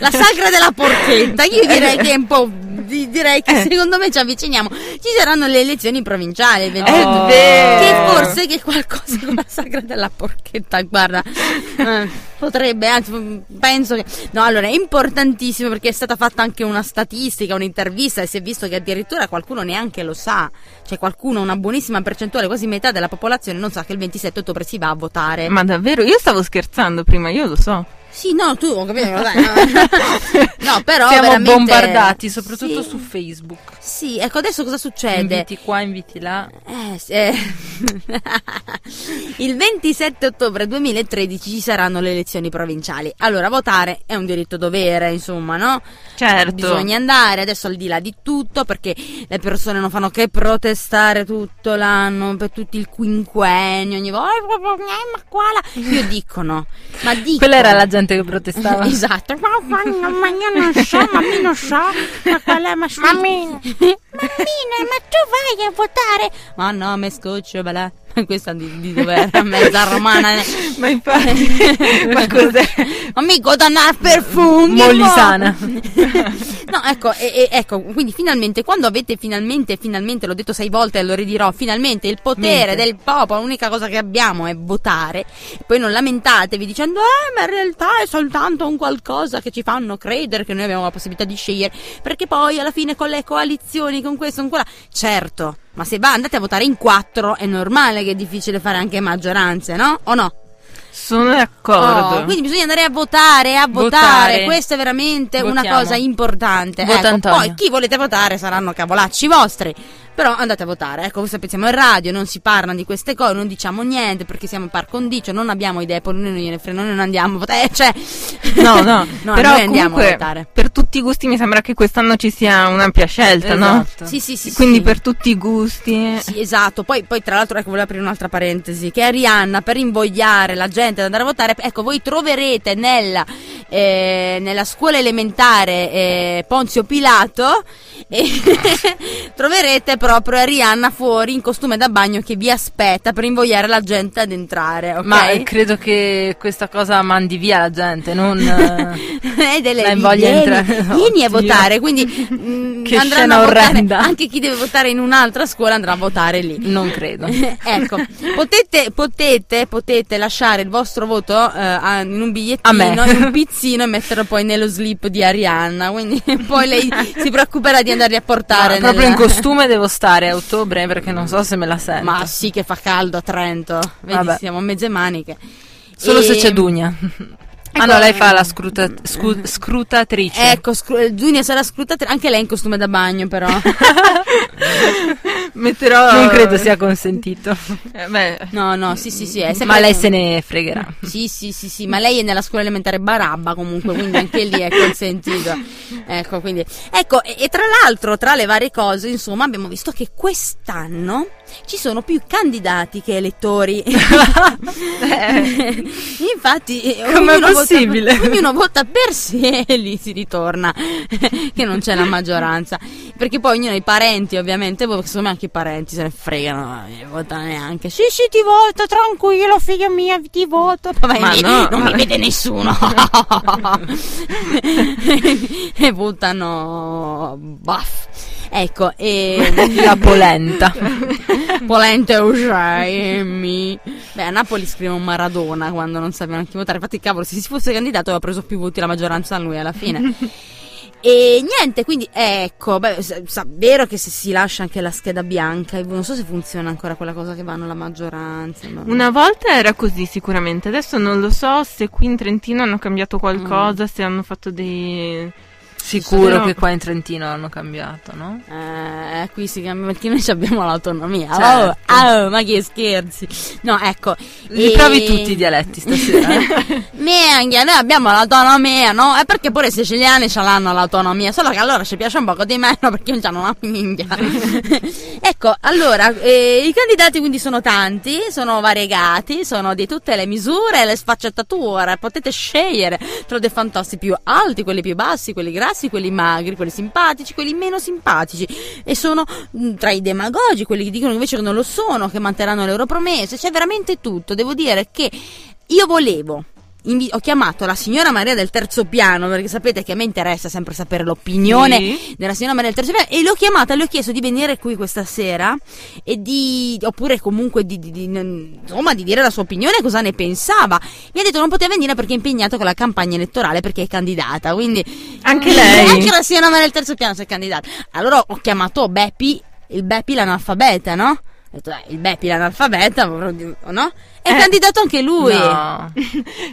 S1: La sagra della porchetta, io direi che è un po'. di- direi che
S4: Eh.
S1: secondo me ci avviciniamo. Ci saranno le elezioni provinciali, il 28.
S4: È
S1: Che
S4: vero.
S1: forse che qualcosa con la sagra della porchetta, guarda, eh, potrebbe, anzi, penso che... No, allora, è importantissimo perché è stata fatta anche una statistica, un'intervista e si è visto che addirittura qualcuno neanche lo sa. Cioè qualcuno, una buonissima percentuale, quasi metà della popolazione non sa che il 27 ottobre si va a votare.
S4: Ma davvero? Io stavo scherzando prima, io lo so.
S1: Sì, Ah, no, tu ho capito, dai, no. No, però
S2: Siamo
S1: veramente-
S2: bombardati, soprattutto
S1: Sì.
S2: su Facebook.
S1: Sì, ecco adesso cosa succede?
S2: Inviti qua, inviti là.
S1: Eh, s- eh. Il 27 ottobre 2013 ci saranno le elezioni provinciali. Allora, votare è un diritto dovere, insomma, no?
S4: Certo.
S1: Bisogna andare adesso al di là di tutto perché le persone non fanno che protestare tutto l'anno, per tutto il quinquennio, ogni volta. "Eh, Ma qua la-" Io dicono, ma dicono.
S2: Quella era la gente che protestava.
S1: Esatto. Ma, ma- no, ma io non so, ma mi non so. Ma qual è? Ma Mammina. Mammina, ma tu vai a votare? Ma no, me scoccio, bella. Questa di, di dove era mezza romana.
S4: Ma infatti, ma cos'è?
S1: Amico, donna perfumi.
S2: Molisana.
S1: No, ecco, e- e- ecco, quindi finalmente, quando avete finalmente, finalmente, l'ho detto sei volte e lo ridirò, finalmente il potere
S2: Mente.
S1: del popolo, l'unica cosa che abbiamo è votare, poi non lamentatevi dicendo, eh, ma in realtà è soltanto un qualcosa che ci fanno credere che noi abbiamo la possibilità di scegliere, perché poi alla fine con le coalizioni, con questo, con quella, certo, ma se va, andate a votare in quattro, è normale che è difficile fare anche maggioranze, no? O no?
S4: Sono
S1: Oh,
S4: d'accordo.
S1: quindi bisogna andare a votare, a votare.
S2: Votare.
S1: Questa è veramente una
S2: Votiamo.
S1: cosa importante.
S2: Vota
S1: Ecco,
S2: Antonio.
S1: poi chi volete votare saranno cavolacci vostri. Però andate a votare, ecco, questo pensiamo in radio, non si parla di queste cose, non diciamo niente perché siamo par condicio, non abbiamo idee, poi noi non gliene frega, noi non andiamo a votare, cioè...
S4: No, no, però
S1: noi andiamo
S4: comunque
S1: a votare.
S4: per tutti i gusti mi sembra che quest'anno ci sia un'ampia scelta, no?
S2: Esatto.
S1: Sì, sì, sì.
S4: Quindi
S1: sì.
S4: per tutti i gusti.
S1: Sì, esatto. Poi, poi, tra l'altro, ecco, volevo aprire un'altra parentesi. Che Arianna, per invogliare la gente ad andare a votare, ecco, voi troverete nella, eh, nella scuola elementare eh, Ponzio Pilato, e troverete proprio Arianna fuori in costume da bagno che vi aspetta per invogliare la gente ad entrare, ok?
S2: Ma eh, credo che questa cosa mandi via la gente, non... eh,
S1: Ed è lei,
S2: Dai,
S1: vi-
S2: voglio
S1: vieni,
S2: entrare.
S1: vieni a
S2: Oddio.
S1: votare, quindi mm,
S2: Che
S1: andranno
S2: scena
S1: a votare-
S2: orrenda.
S1: anche chi deve votare in un'altra scuola andrà a votare lì.
S2: non credo.
S1: ecco, potete, potete, potete lasciare il vostro voto eh, a- in un bigliettino,
S2: A me.
S1: in un ragazzino e metterlo poi nello slip di Arianna. Quindi poi lei si preoccuperà di andarli a portare.
S2: Ma proprio
S1: nella-
S2: in costume devo stare a ottobre perché non so se me la sento.
S1: Ma sì, che fa caldo a Trento. Vedi,
S2: Vabbè.
S1: siamo a mezze maniche. Ehm,
S2: Solo se
S1: E-
S2: c'è Dugna. Ah
S1: Ecco-
S2: no, lei fa la scruta- scu- scrutatrice.
S1: Ecco, scru- Dunia sarà scrutata anche lei in costume da bagno, però.
S4: Metterò.
S2: Non credo sia consentito.
S4: Eh, beh,
S1: No, no, sì, sì, sì. È sempre-
S2: Ma lei se ne fregherà.
S1: Sì, sì, sì, sì, ma lei è nella scuola elementare Barabba comunque, quindi anche lì è consentito. Ecco, quindi. Ecco, e, e tra l'altro, tra le varie cose, insomma, abbiamo visto che quest'anno ci sono più candidati che elettori. Infatti, eh,
S2: Com'è
S1: ognuno
S2: possibile?
S1: Vota, ognuno vota per sé e lì si ritorna che non c'è la maggioranza. Perché poi ognuno ha i parenti, ovviamente, poi, secondo me anche i parenti se ne fregano, non vota neanche. Sì, sì, ti voto, tranquillo, figlia mia, ti voto. Poi
S4: Ma
S1: lì
S4: no,
S1: non
S4: ma-
S1: mi vede nessuno. e votano baff. Ecco, e
S2: La polenta.
S1: Polente Mm. Uscemi. Beh, a Napoli scrive un Maradona quando non sapevano chi votare. Infatti, cavolo, se si fosse candidato aveva preso più voti la maggioranza a lui alla fine. E niente, quindi ecco, beh, sa- sa- vero che se si lascia anche la scheda bianca, e non so se funziona ancora quella cosa che vanno la maggioranza. ma-
S4: Una volta era così sicuramente, adesso non lo so se qui in Trentino hanno
S1: Mm.
S4: cambiato qualcosa, se hanno fatto dei...
S2: Sicuro
S4: No.
S2: che qua in Trentino l'hanno cambiato, no?
S1: Eh, qui si cambia perché noi ci abbiamo l'autonomia.
S2: Certo.
S1: Oh, oh, ma che scherzi! No, ecco.
S2: Li
S1: e-
S2: provi tutti i dialetti stasera. eh?
S1: Minchia, noi abbiamo l'autonomia, no? E perché pure i siciliani ce l'hanno l'autonomia, solo che allora ci piace un poco di meno perché non c'hanno una minchia. ecco, allora, eh, i candidati quindi sono tanti, sono variegati, sono di tutte le misure e le sfaccettature, potete scegliere tra dei fantasti più alti, quelli più bassi, quelli grassi, quelli magri, quelli simpatici, quelli meno simpatici e sono mh, tra i demagogi, quelli che dicono invece che non lo sono, che manterranno le loro promesse, c'è veramente tutto. Devo dire che io volevo. invi- ho chiamato la signora Maria del terzo piano perché sapete che a me interessa sempre sapere l'opinione
S4: Sì.
S1: della signora Maria del terzo piano e l'ho chiamata e le ho chiesto di venire qui questa sera e di oppure comunque di, di- di- n- insomma, di dire la sua opinione cosa ne pensava mi ha detto non poteva venire perché è impegnato con la campagna elettorale perché è candidata quindi
S4: Anche
S1: anche
S4: lei?
S1: la signora Maria del terzo piano si è candidata. Allora ho chiamato Beppi, il Beppi l'analfabeta, no? Ho detto, "Dai, il Beppi l'analfabeta, no? È
S4: Eh.
S1: candidato anche lui.
S2: No.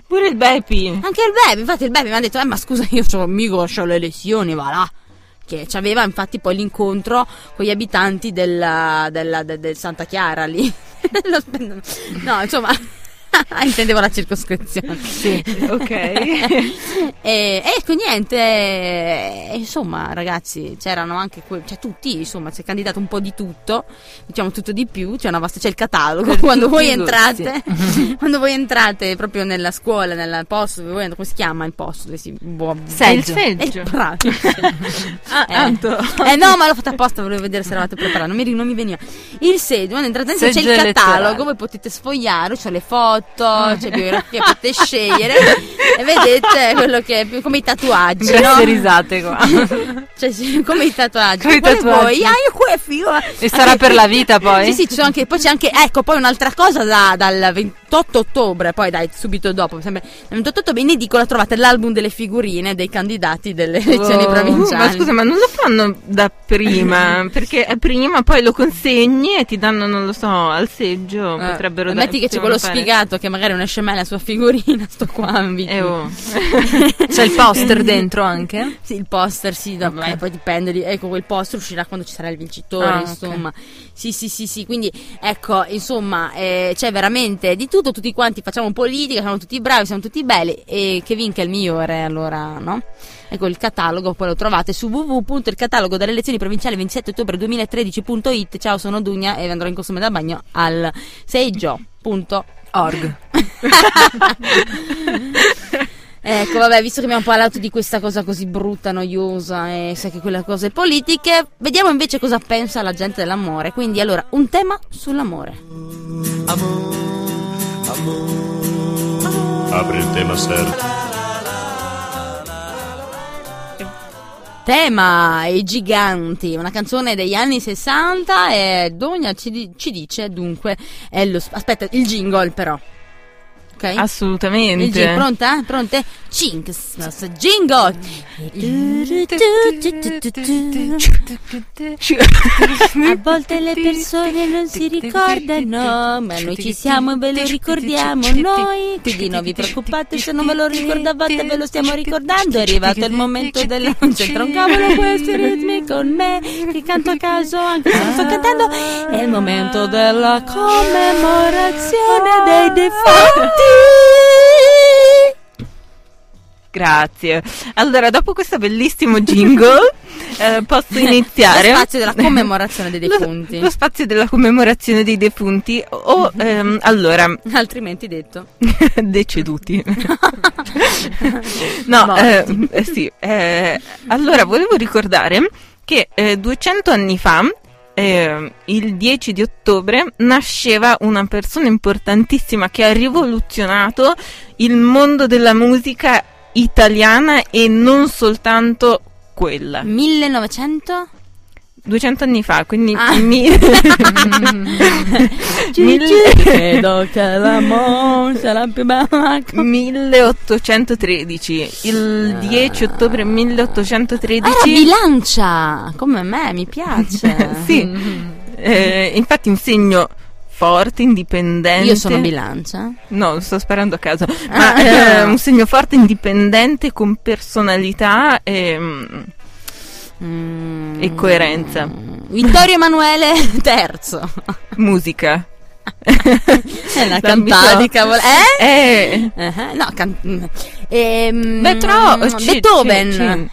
S4: Pure il Beppi.
S1: Anche il Beppi, infatti il Beppi mi ha detto, eh ma scusa io c'ho, mico, c'ho le lesioni, va là. Che aveva infatti poi l'incontro con gli abitanti della, della- de- del Santa Chiara lì. Dell'ospedale. no, insomma, intendevo la circoscrizione. Sì,
S2: Eh.
S4: ok.
S1: e ecco niente, eh, insomma ragazzi c'erano anche, que- cioè tutti, insomma c'è candidato un po' di tutto, diciamo tutto di più, c'è, una vasta- c'è il catalogo,
S2: Per
S1: quando
S2: tutti
S1: voi
S2: i gusti.
S1: entrate, quando voi entrate proprio nella scuola, nel posto, dove voi- come si chiama il posto? Dove si, boh,
S4: Sei il
S1: è il
S4: seggio.
S1: pra-
S4: Ah,
S1: Eh.
S4: Anto.
S1: eh no, ma l'ho fatta apposta, volevo vedere se eravate preparati. Non mi, ri- non mi veniva. Il seggio, quando entrate dentro c'è
S2: Seggio
S1: il catalogo,
S2: elettorale.
S1: voi potete sfogliare, c'è le foto, c'è biografie, potete scegliere e vedete quello che è più come i tatuaggi,
S2: Grazie
S1: no?
S2: risate qua.
S1: Cioè, sì, come i tatuaggi.
S2: Come i
S1: Quale
S2: tatuaggi.
S1: vuoi? Ah, io qui è figo.
S2: E sarà per la vita poi?
S1: Sì, sì, ci sono anche, poi c'è anche, ecco, poi un'altra cosa da- dal 28 ottobre, poi dai, subito dopo, mi sembra, il 28 ottobre in edicola trovate l'album delle figurine dei candidati delle elezioni
S2: Wow.
S4: Uh,
S1: provinciali.
S4: ma scusa, ma non lo fanno da prima? Perché è prima poi lo consegni e ti danno, non lo so, al seggio.
S2: Eh,
S4: potrebbero dare-
S1: Metti che c'è quello
S4: potevano fare.
S1: sfigato che magari non esce mai la sua figurina, sto qua. Eh, mi-
S4: Eh, oh.
S2: C'è il poster dentro anche?
S1: Sì, il poster, sì, da- eh, poi dipende. di- Ecco, quel poster uscirà quando ci sarà il vincitore,
S2: Ah, ok.
S1: insomma. Sì, sì, sì, sì. Quindi, ecco, insomma, eh, c'è veramente di tutto. Tutti quanti facciamo politica, siamo tutti bravi, siamo tutti belli. E che vinca il migliore, allora, no? Ecco, il catalogo poi lo trovate su www.ilcatalogo delle elezioni provinciali 27 ottobre 2013.it. Ciao, sono Dugna e andrò in costume da bagno al seggio. Punto.
S2: Org.
S1: Ecco, vabbè, visto che abbiamo parlato di questa cosa così brutta, noiosa e sai che quelle cose politiche, vediamo invece cosa pensa la gente dell'amore. Quindi, allora, un tema sull'amore.
S6: Apri il tema serve.
S1: Tema I giganti, una canzone degli anni 60 e Dogna ci, di- ci dice dunque, è lo sp- aspetta, il jingle però. ok?
S2: Ah,
S4: Assolutamente.
S1: Il G, pronta? Pronte? Cinks, nostro jingle! A volte le persone non si ricordano, ma noi ci siamo e ve lo ricordiamo noi. Quindi non vi preoccupate se non ve lo ricordavate, ve lo stiamo ricordando. È arrivato il momento della... Non c'entra un cavolo questi ritmi con me, che canto a caso anche se non sto cantando. È il momento della commemorazione dei defunti.
S4: Grazie. Allora, dopo questo bellissimo jingle, eh, posso iniziare.
S1: Lo spazio della commemorazione dei
S4: Lo-
S1: defunti. Mhm.
S4: Lo, spazio della commemorazione dei defunti. O ehm, allora,
S1: Altrimenti detto.
S4: deceduti. no, eh, eh, sì. eh, allora, volevo ricordare che eh, 200 anni fa. eh, il 10 di ottobre nasceva una persona importantissima che ha rivoluzionato il mondo della musica italiana e non soltanto quella.
S1: 1900?
S4: 200 anni fa, quindi
S1: Ah.
S4: mi- Mille-
S1: Credo che l'amore sarà più bella.
S4: 1813, il 10 ottobre 1813.
S1: Era bilancia! Come me, mi piace.
S4: sì,
S1: Mm-hmm.
S4: eh, infatti un segno forte, indipendente.
S1: Io sono bilancia.
S4: No, lo sto sparando a caso. Ma
S1: Ah.
S4: eh, un segno forte, indipendente, con personalità e... mm,
S1: Mm.
S4: E coerenza.
S1: Vittorio Emanuele III.
S4: musica.
S1: È una
S4: L'ambito-
S1: cantata di cavolo. Eh?
S4: Eh,
S1: Eh, No, can... mm. Ehm,
S4: beh, però... eh, ci-
S1: Beethoven.
S4: ci- ci-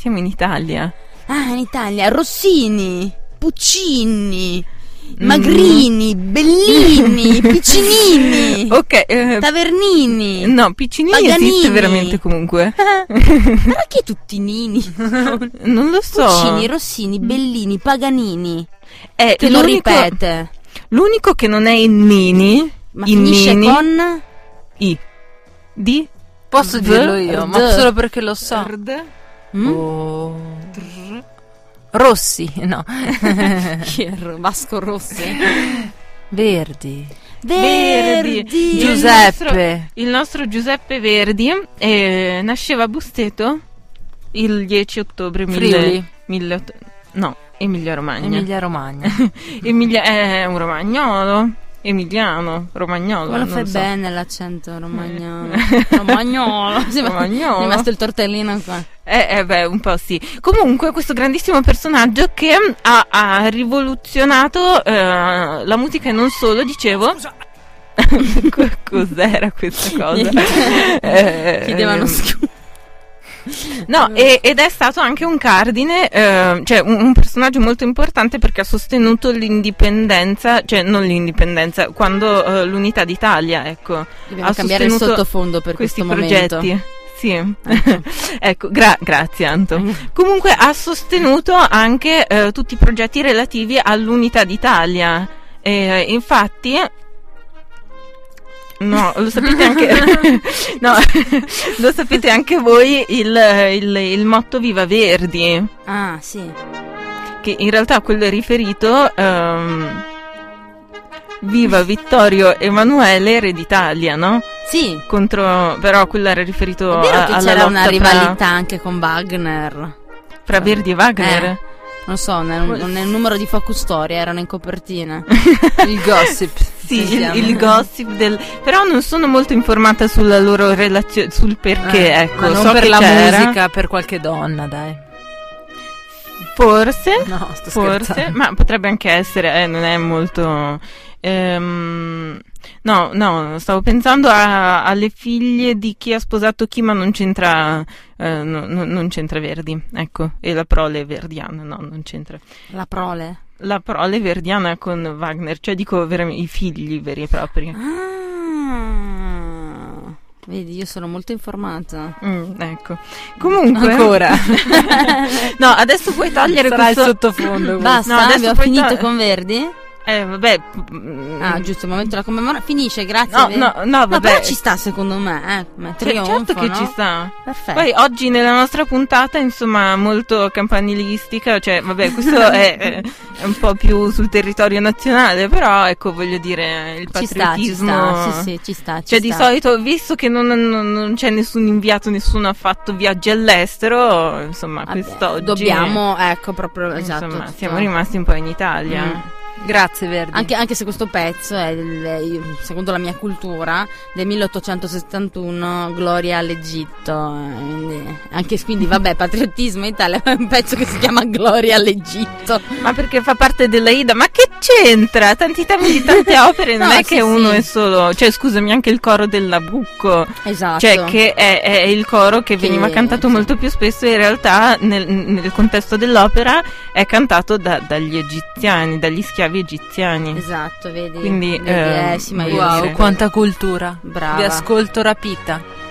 S4: siamo in Italia.
S1: Ah, in Italia, Rossini, Puccini,
S4: Mm.
S1: Magrini, Bellini, Piccinini,
S4: Ok, eh,
S1: Tavernini.
S4: no, Piccinini
S1: Paganini.
S4: esiste veramente comunque.
S1: Però chi tutti nini?
S4: Non lo so.
S1: Puccini, Rossini, Bellini, Paganini.
S4: Eh,
S1: Che lo
S4: l'unico-
S1: ripete.
S4: L'unico che non è in Nini,
S1: Ma
S4: in
S1: finisce
S4: Nini,
S1: con...
S4: I. Di?
S2: Posso
S4: V-
S2: dirlo io, ma
S1: D.
S2: solo perché lo so.
S1: Mm?
S2: Oh. Rossi, no.
S1: Chi è Ro- Vasco Rossi.
S2: Verdi.
S4: Verdi.
S1: Verdi.
S2: Giuseppe.
S4: Il nostro Giuseppe Verdi eh, nasceva a Busteto il 10 ottobre
S2: Friuli.
S4: 1800. No, Emilia Romagna.
S2: Emilia Romagna.
S4: Emilia- è un romagnolo. Emiliano, romagnolo.
S1: Ma lo
S4: non
S1: fai
S4: lo so.
S1: bene l'accento romagnolo. romagnolo. Sì, ma-
S4: Romagnolo.
S1: Mi è rimasto il tortellino qua.
S4: Eh, eh, beh, un po' sì. Comunque, questo grandissimo personaggio che ha, ha rivoluzionato eh, la musica e non solo, dicevo. Co- Cos'era questa cosa? Eh,
S1: Chiedevano
S4: ehm,
S1: scusa.
S4: No,
S1: Mm.
S4: e- ed è stato anche un cardine, eh, cioè un, un personaggio molto importante perché ha sostenuto l'indipendenza, cioè non l'indipendenza, quando eh, l'unità d'Italia, ecco.
S1: Dobbiamo
S4: ha
S1: cambiare il
S4: sostenuto
S1: sottofondo per
S4: questi
S1: questo
S4: progetti.
S1: momento.
S4: Sì, ecco, gra- grazie Anto. Comunque ha sostenuto anche eh, tutti i progetti relativi all'unità d'Italia. Eh, infatti... No, lo sapete anche, no, lo sapete anche voi il, il- il motto Viva Verdi,
S1: Ah, sì.
S4: che in realtà quello è riferito ehm, Viva Vittorio Emanuele, re d'Italia, no?
S1: Sì.
S4: contro però quello era riferito
S1: È vero
S4: Oh, a-
S1: che
S4: alla
S1: c'era una
S4: lotta fra-
S1: rivalità anche con Wagner.
S4: fra, Verdi e Wagner
S1: Eh. Non so, nel, nel numero di Focus Story erano in copertina.
S2: Il gossip.
S4: sì,
S1: sì,
S4: il,
S1: sì.
S4: il gossip del però non sono molto informata sulla loro relazione sul perché
S2: Eh,
S4: ecco
S2: ma non
S4: so
S2: per
S4: che
S2: la
S4: c'era.
S2: musica, per qualche donna, dai.
S4: forse
S2: No, sto
S4: forse
S2: scherzando.
S4: ma potrebbe anche essere eh, non è molto ehm, no no stavo pensando a- alle figlie di chi ha sposato chi ma non c'entra eh, no- no- non c'entra Verdi ecco e la prole è verdiana no non c'entra
S1: La prole.
S4: la prole verdiana con Wagner, cioè dico veramente i figli veri e propri.
S1: Ah. Vedi, io sono molto informata.
S4: Mm, ecco. Comunque,
S2: Ancora.
S4: no, adesso puoi togliere
S2: Sarà il
S4: questo
S2: sottofondo.
S1: Basta,
S4: adesso
S1: abbiamo
S4: puoi
S1: finito
S4: to-
S1: con Verdi?
S4: Eh, vabbè. mm,
S1: Ah, giusto, il momento della commemorazione finisce, grazie.
S4: No,
S1: vedi?
S4: no, no,
S1: No,
S4: vabbè.
S1: però ci sta secondo me, eh, come
S4: Cioè,
S1: trionfo,
S4: certo che
S1: no?
S4: ci sta.
S1: Perfetto.
S4: Poi oggi nella nostra puntata, insomma, molto campanilistica, cioè, vabbè, questo è, è- è un po' più sul territorio nazionale, però ecco, voglio dire, il
S1: ci sta, ci
S4: patriottismo.
S1: sta, sì, sì, ci sta, ci
S4: Cioè, di
S1: sta.
S4: solito, visto che non, non- non c'è nessun inviato, nessuno ha fatto viaggi all'estero, insomma,
S1: Vabbè,
S4: quest'oggi.
S1: dobbiamo, ecco, proprio esatto.
S4: Insomma,
S1: tutto.
S4: siamo rimasti un po' in Italia.
S1: Mm.
S2: Grazie Verdi.
S1: Anche, anche se questo pezzo è, del- secondo la mia cultura, del 1871, Gloria all'Egitto. eh, quindi- Anche quindi, vabbè, patriottismo in Italia è un pezzo che si chiama Gloria all'Egitto.
S4: Ma perché fa parte della Ida? Ma che c'entra? Tanti temi di tante opere, non
S1: No,
S4: è
S1: sì,
S4: che uno
S1: sì.
S4: è solo. Cioè, scusami, anche il coro del Nabucco.
S1: Esatto.
S4: Cioè, che è, è il coro che,
S1: Che-
S4: veniva cantato
S1: sì.
S4: molto più spesso, in realtà, nel, nel contesto dell'opera, è cantato da- dagli egiziani, dagli schiavi egiziani.
S1: Esatto, vedi.
S4: Quindi,
S1: vedi,
S4: ehm,
S1: eh, sì, ma io
S4: voglio
S2: Wow,
S4: dire.
S2: quanta cultura.
S1: Brava.
S2: Vi ascolto rapita.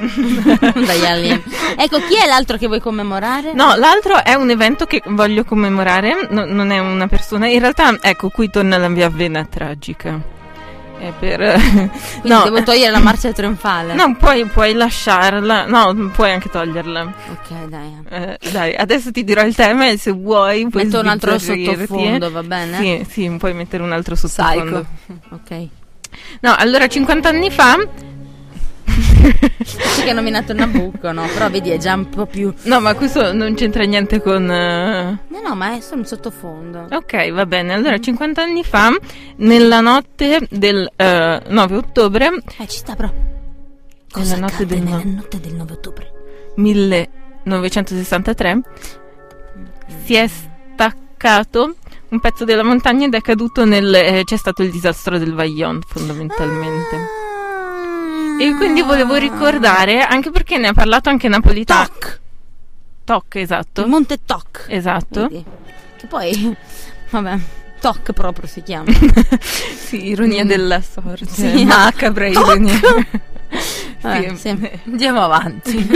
S1: Dai, Ali. Ecco, chi è l'altro che vuoi commemorare?
S4: No, l'altro è un evento che voglio commemorare, no- non è una persona. In realtà, ecco, qui torna la mia vena tragica. È per.
S1: Quindi devo togliere la marcia trionfale.
S4: No, puoi, puoi lasciarla, no, puoi anche toglierla.
S1: Ok, dai.
S4: Eh, dai, adesso ti dirò il tema e se vuoi puoi
S1: Metto un altro
S4: sbizzarrirti. eh?
S1: sottofondo, va bene?
S4: Sì, sì, puoi mettere un altro
S2: Psycho.
S4: sottofondo.
S1: Ok.
S4: No, allora 50 anni fa,
S1: Sì che ha nominato Nabucco, no? Però vedi, è già un po' più...
S4: no, ma questo non c'entra niente con eh,
S1: No, no, ma è solo un sottofondo.
S4: Ok, va bene. Allora 50 anni fa, nella notte del eh, 9 ottobre
S1: Eh, ci sta, però.
S4: Nella
S1: Cosa
S4: notte
S1: accade
S4: del
S1: nella
S4: no-
S1: notte del 9 ottobre?
S4: 1963 si è staccato un pezzo della montagna ed è caduto nel eh, c'è stato il disastro del Vaillant fondamentalmente.
S1: Ah.
S4: E quindi volevo ricordare, anche perché ne ha parlato anche Napolitano.
S1: Toc!
S4: Toc,
S1: Il
S4: esatto.
S1: monte Toc.
S4: Esatto.
S1: Vedi? Che poi... Vabbè. Toc proprio si chiama.
S4: Sì, ironia
S1: Mm.
S4: della sorte.
S1: Sì.
S4: Macabra ironia.
S1: Vabbè, sì.
S2: Andiamo avanti.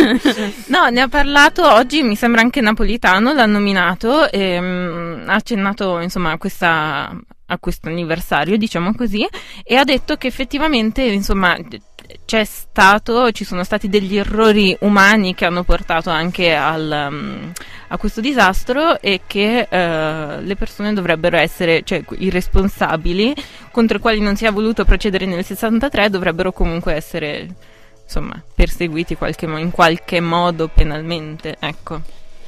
S4: No, ne ha parlato oggi, mi sembra anche Napolitano, l'ha nominato, ehm, ha accennato insomma a, questa- a questo anniversario, diciamo così, e ha detto che effettivamente insomma c'è stato, ci sono stati degli errori umani che hanno portato anche al, mm, a questo disastro e che eh, le persone dovrebbero essere, cioè i responsabili contro i quali non si è voluto procedere nel 63 dovrebbero comunque essere insomma, perseguiti qualche mo- in qualche modo penalmente, ecco.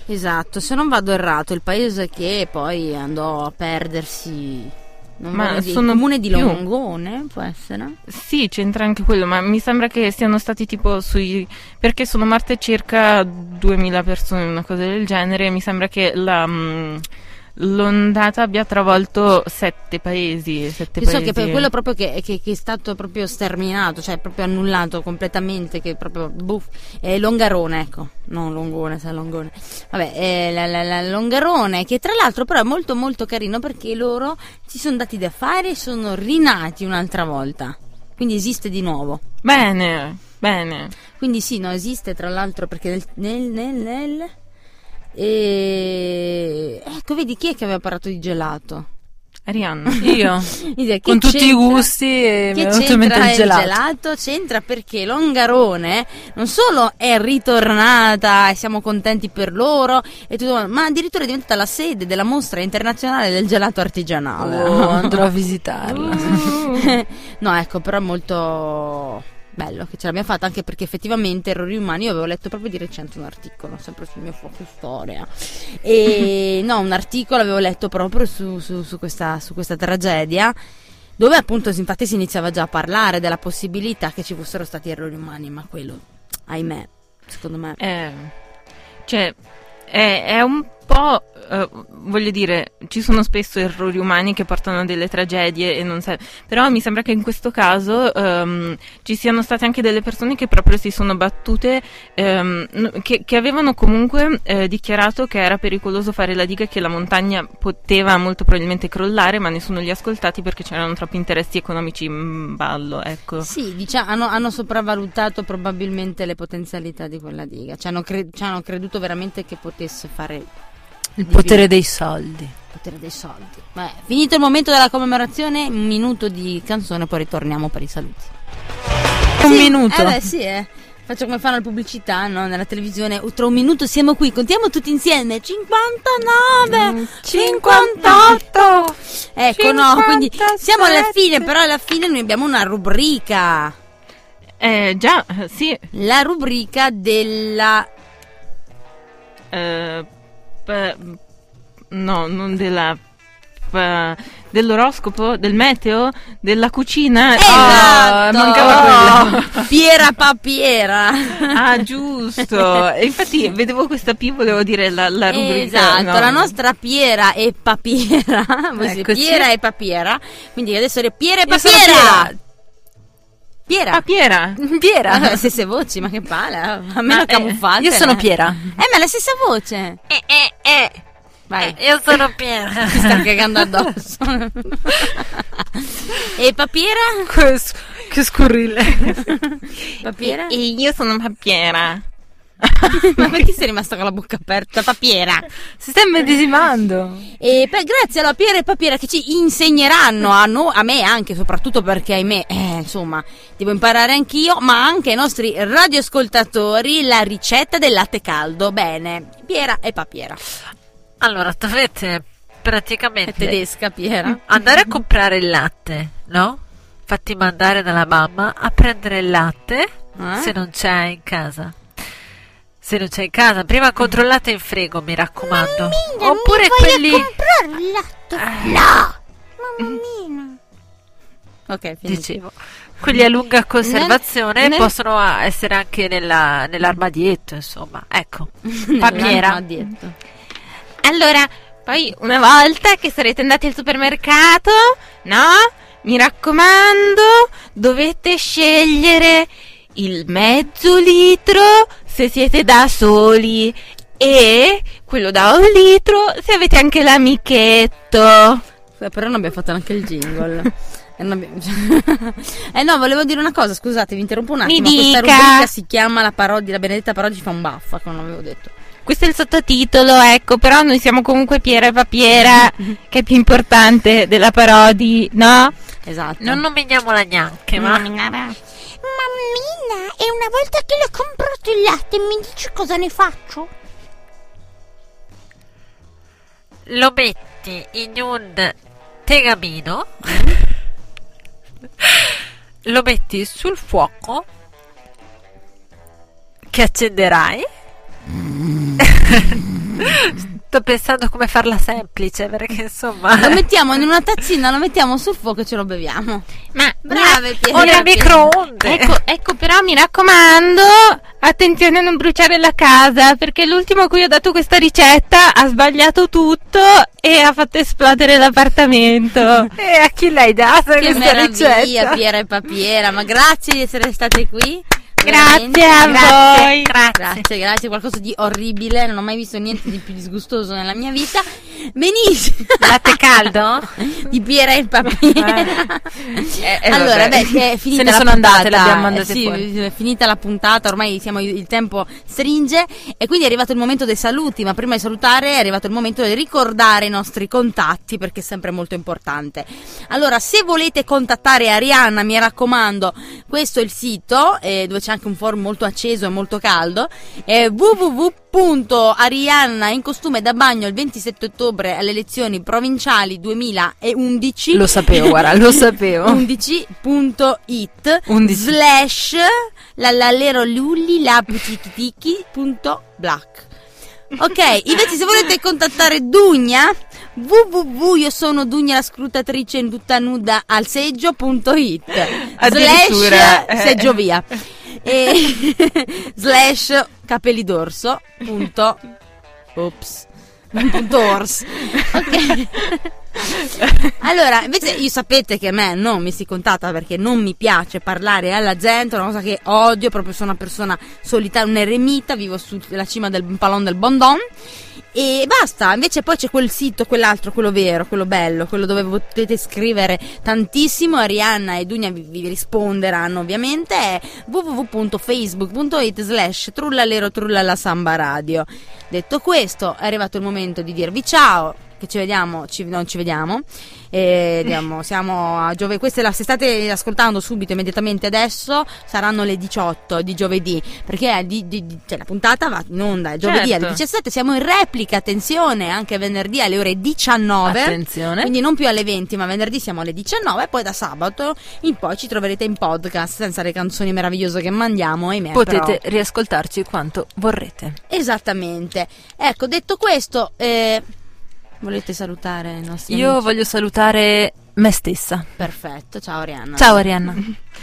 S1: Esatto, se non vado errato, il paese che poi andò a perdersi. Non
S4: Ma
S1: voglio dire,
S4: sono
S1: il comune di
S4: più.
S1: Longone, può essere?
S4: Sì, c'entra anche quello, ma mi sembra che siano stati tipo sui... perché sono morte circa 2000 persone, una cosa del genere, e mi sembra che la, mm, l'ondata abbia travolto sette paesi, sette
S1: Penso
S4: paesi.
S1: che per quello proprio che, che- che è stato proprio sterminato, cioè proprio annullato completamente, che proprio buff, è Longarone, ecco, non Longone, sai Longone. Vabbè, è la- la- la- Longarone, che tra l'altro però è molto molto carino perché loro si sono dati da fare e sono rinati un'altra volta. Quindi esiste di nuovo.
S4: Bene, bene.
S1: Quindi sì, no, esiste tra l'altro perché nel... nel, nel, nel- e... Ecco, vedi chi è che aveva parlato di gelato?
S4: Arianna.
S2: Io.
S1: Quindi,
S2: Con
S1: che
S2: tutti i
S1: c'entra-
S2: gusti e mi
S1: Che
S2: è venuto in mente
S1: c'entra
S2: il gelato.
S1: C'entra perché Longarone non solo è ritornata e siamo contenti per loro, e tutto, ma addirittura è diventata la sede della mostra internazionale del gelato artigianale.
S2: Oh, andrò a visitarla.
S1: no, ecco, però è molto bello che ce l'abbiamo fatta, anche perché effettivamente errori umani, io avevo letto proprio di recente un articolo, sempre sul mio fuoco storia. E no, un articolo avevo letto proprio su, su- su questa, su questa tragedia. Dove appunto si- infatti si iniziava già a parlare della possibilità che ci fossero stati errori umani, ma quello, ahimè, secondo me.
S4: Eh, cioè, è, è un po'. eh, voglio dire, ci sono spesso errori umani che portano a delle tragedie e non sa- però mi sembra che in questo caso ehm, ci siano state anche delle persone che proprio si sono battute, ehm, n- che, che avevano comunque eh, dichiarato che era pericoloso fare la diga e che la montagna poteva molto probabilmente crollare, ma nessuno li ha ascoltati perché c'erano troppi interessi economici in ballo, ecco.
S1: Sì, diciamo, hanno, hanno sopravvalutato probabilmente le potenzialità di quella diga, ci hanno, cre- ci hanno creduto veramente che potesse fare
S2: Il potere dei soldi.
S1: il discutere dei soldi. Beh, finito il momento della commemorazione, un minuto di canzone, poi ritorniamo per i saluti.
S2: Un
S1: Sì,
S2: minuto.
S1: Eh beh, sì, eh. Faccio come fanno le pubblicità, no? Nella televisione, "Oh, tra un minuto siamo qui, contiamo tutti insieme.
S4: Mm,
S1: 59, 58. Ecco, no, quindi siamo alla fine, però alla fine noi abbiamo una rubrica.
S4: Eh, già, eh, sì.
S1: La rubrica della...
S4: eh, p- no, non della... p- dell'oroscopo, del meteo, della cucina.
S1: Esatto!
S4: Ah, mancava quella.
S1: Piera papiera.
S4: Ah, giusto. E Infatti, vedevo questa P, volevo dire la, la rubrica.
S1: esatto,
S4: no.
S1: la nostra Piera e Papiera. Voi siete
S2: Eccoci.
S1: Piera e Papiera. Quindi adesso è Piera e
S2: Io sono
S1: Papiera. Piera.
S4: Ah, Piera.
S1: Piera, le stesse voci, ma che pala, a meno
S4: eh,
S1: camuffate.
S2: Io sono Piera.
S1: Eh, ma è la stessa voce. Eh, eh, eh. Vai. io sono Piera. Ti sta cagando addosso. e Papiera?
S2: Che, s- che scurrile.
S1: Papiera?
S4: E io sono Papiera.
S1: ma perché sei rimasta con la bocca aperta? Papiera.
S2: si sta immedesimando.
S1: E per, grazie alla Piera e Papiera che ci insegneranno a, no- a me anche, soprattutto perché ahimè, eh, insomma, devo imparare anch'io, ma anche ai nostri radioascoltatori la ricetta del latte caldo. Bene, Piera e Papiera.
S6: Allora, dovete
S1: È
S6: praticamente
S1: tedesca, Piera.
S6: andare a comprare il latte, no? Fatti mandare dalla mamma a prendere il latte
S1: Eh?
S6: se non c'è in casa. Se non c'è in casa, prima controllate in frego, mi raccomando. Oppure quelli
S1: Ah. Ok, finito.
S6: dicevo, quelli a lunga conservazione
S1: Nel- nel-
S6: possono ah, essere anche nella- nell'armadietto, insomma. Ecco. Papiera.
S1: Nell'armadietto.
S4: Allora, poi una volta che sarete andati al supermercato, no? Mi raccomando, dovete scegliere il mezzo litro se siete da soli e quello da un litro se avete anche l'amichetto.
S1: Scusa, Però non abbiamo fatto neanche il jingle. Eh, non abbiamo- eh no, volevo dire una cosa, scusate, vi interrompo un attimo.
S4: Mi
S1: Questa
S4: dica.
S1: rubrica si chiama la parodia, la benedetta parodia ci fa un baffo, che non avevo detto.
S4: Questo è il sottotitolo, ecco, però noi siamo comunque Piera e Papiera, che è più importante della parodi, no?
S1: Esatto.
S6: Non nominiamola neanche, ma
S7: Mammina, e una volta che l'ho comprato il latte mi dici cosa ne faccio?
S6: lo metti in un tegamino,
S2: Mm.
S6: lo metti sul fuoco che accenderai.
S2: Mm.
S6: Sto pensando come farla semplice perché insomma
S1: Lo mettiamo in una tazzina, lo mettiamo sul fuoco e ce lo beviamo.
S4: Ma
S1: Brave, Piera.
S6: ho le microonde.
S4: Ecco, ecco, però mi raccomando, attenzione a non bruciare la casa, perché l'ultimo a cui ho dato questa ricetta ha sbagliato tutto e ha fatto esplodere l'appartamento.
S6: E a chi l'hai data
S1: Che
S6: questa
S1: meraviglia,
S6: ricetta?
S1: Piera e Papiera. Ma grazie di essere state qui.
S4: Grazie
S1: Veramente.
S4: a
S1: Grazie.
S4: voi.
S1: Grazie, grazie, qualcosa di orribile, non ho mai visto niente di più disgustoso nella mia vita. Benissimo.
S6: Latte caldo?
S1: di Piera e Papiera.
S2: eh,
S1: allora,
S2: vabbè.
S1: beh, è finita
S2: Se ne
S1: la
S2: sono andate,
S1: puntata. eh,
S2: le abbiamo andate
S1: Sì,
S2: fuori.
S1: è finita la puntata, ormai siamo, il tempo stringe e quindi è arrivato il momento dei saluti, ma prima di salutare è arrivato il momento di ricordare i nostri contatti perché è sempre molto importante. Allora, se volete contattare Arianna, mi raccomando, questo è il sito eh, dove c'è anche un forum molto acceso e molto caldo eh, www.arianna in costume da bagno il 27 ottobre alle elezioni provinciali 2011
S2: Lo sapevo, guarda, lo sapevo.
S1: 11.it
S2: 11.
S1: slash l'allallero lulli la putichitichi punto black ok invece se volete contattare Dugna www io sono Dugna la scrutatrice in tutta nuda al seggio.it slash
S4: Addirittura, eh.
S1: seggio via e slash capelli d'orso punto ops punto ors ok allora, invece io sapete che a me non mi si contatta perché non mi piace parlare alla gente, è una cosa che odio, proprio sono una persona solitaria, un eremita, vivo sulla cima del palon del Bondon e basta. Invece poi c'è quel sito, quell'altro, quello vero, quello bello, quello dove potete scrivere tantissimo, Arianna e Dunia vi, vi risponderanno ovviamente, è www.facebook.it slash trullalero trullala samba radio. Detto questo, è arrivato il momento di dirvi ciao. che ci vediamo, ci, non ci vediamo. E andiamo, siamo a giovedì. Queste la, se state ascoltando subito, immediatamente adesso, saranno le 18 di giovedì. Perché è di- di- di- cioè, la puntata va in onda è giovedì
S4: Certo.
S1: alle 17. Siamo in replica, attenzione, anche venerdì alle ore 19.
S2: Attenzione.
S1: Quindi non più alle 20, ma venerdì siamo alle 19 e poi da sabato in poi ci troverete in podcast senza le canzoni meravigliose che mandiamo
S4: Eh,
S1: ahimè,
S2: Potete
S1: però-
S2: riascoltarci quanto vorrete.
S1: Esattamente. Ecco, detto questo, eh, volete salutare i nostri
S2: Io
S1: amici?
S2: voglio salutare me stessa.
S1: Perfetto, ciao Arianna.
S2: Ciao Arianna.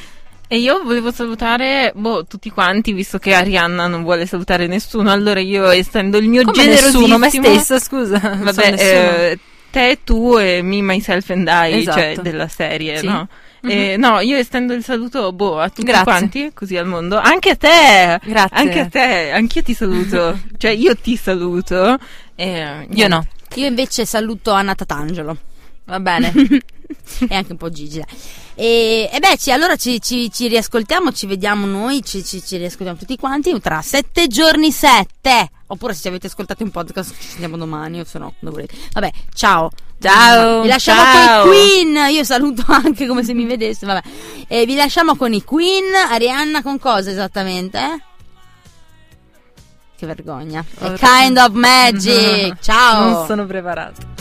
S4: E io volevo salutare boh, tutti quanti, visto che Arianna non vuole salutare nessuno, allora io essendo il mio
S2: Come
S4: generosissimo...
S2: nessuno, me stessa, scusa. Non so
S4: Vabbè,
S2: nessuno.
S4: eh, te, tu e me, myself and I, cioè
S2: Esatto.
S4: della serie,
S2: Sì.
S4: no?
S2: Mhm.
S4: Eh, no, io estendo il saluto boh, a tutti
S2: Grazie.
S4: quanti, così al mondo, anche a te,
S2: Grazie.
S4: anche a te, anch'io ti saluto, cioè io ti saluto. eh,
S2: Io no.
S1: Io invece saluto Anna Tatangelo
S2: Va bene.
S1: e anche un po' Gigi. E, e beh, ci- allora ci, ci- ci riascoltiamo, ci vediamo noi, ci, ci- ci riascoltiamo tutti quanti tra sette giorni sette. Oppure se ci avete ascoltato in podcast ci sentiamo domani o se no, quando volete. Vabbè, ciao.
S2: Ciao,
S1: Vi lasciamo
S2: ciao.
S1: con i Queen. Io saluto anche come se mi vedeste. Vabbè. E vi lasciamo con i Queen. Arianna con cosa esattamente? eh? Che vergogna. A kind of magic. Ciao.
S2: Non sono preparata.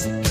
S3: Just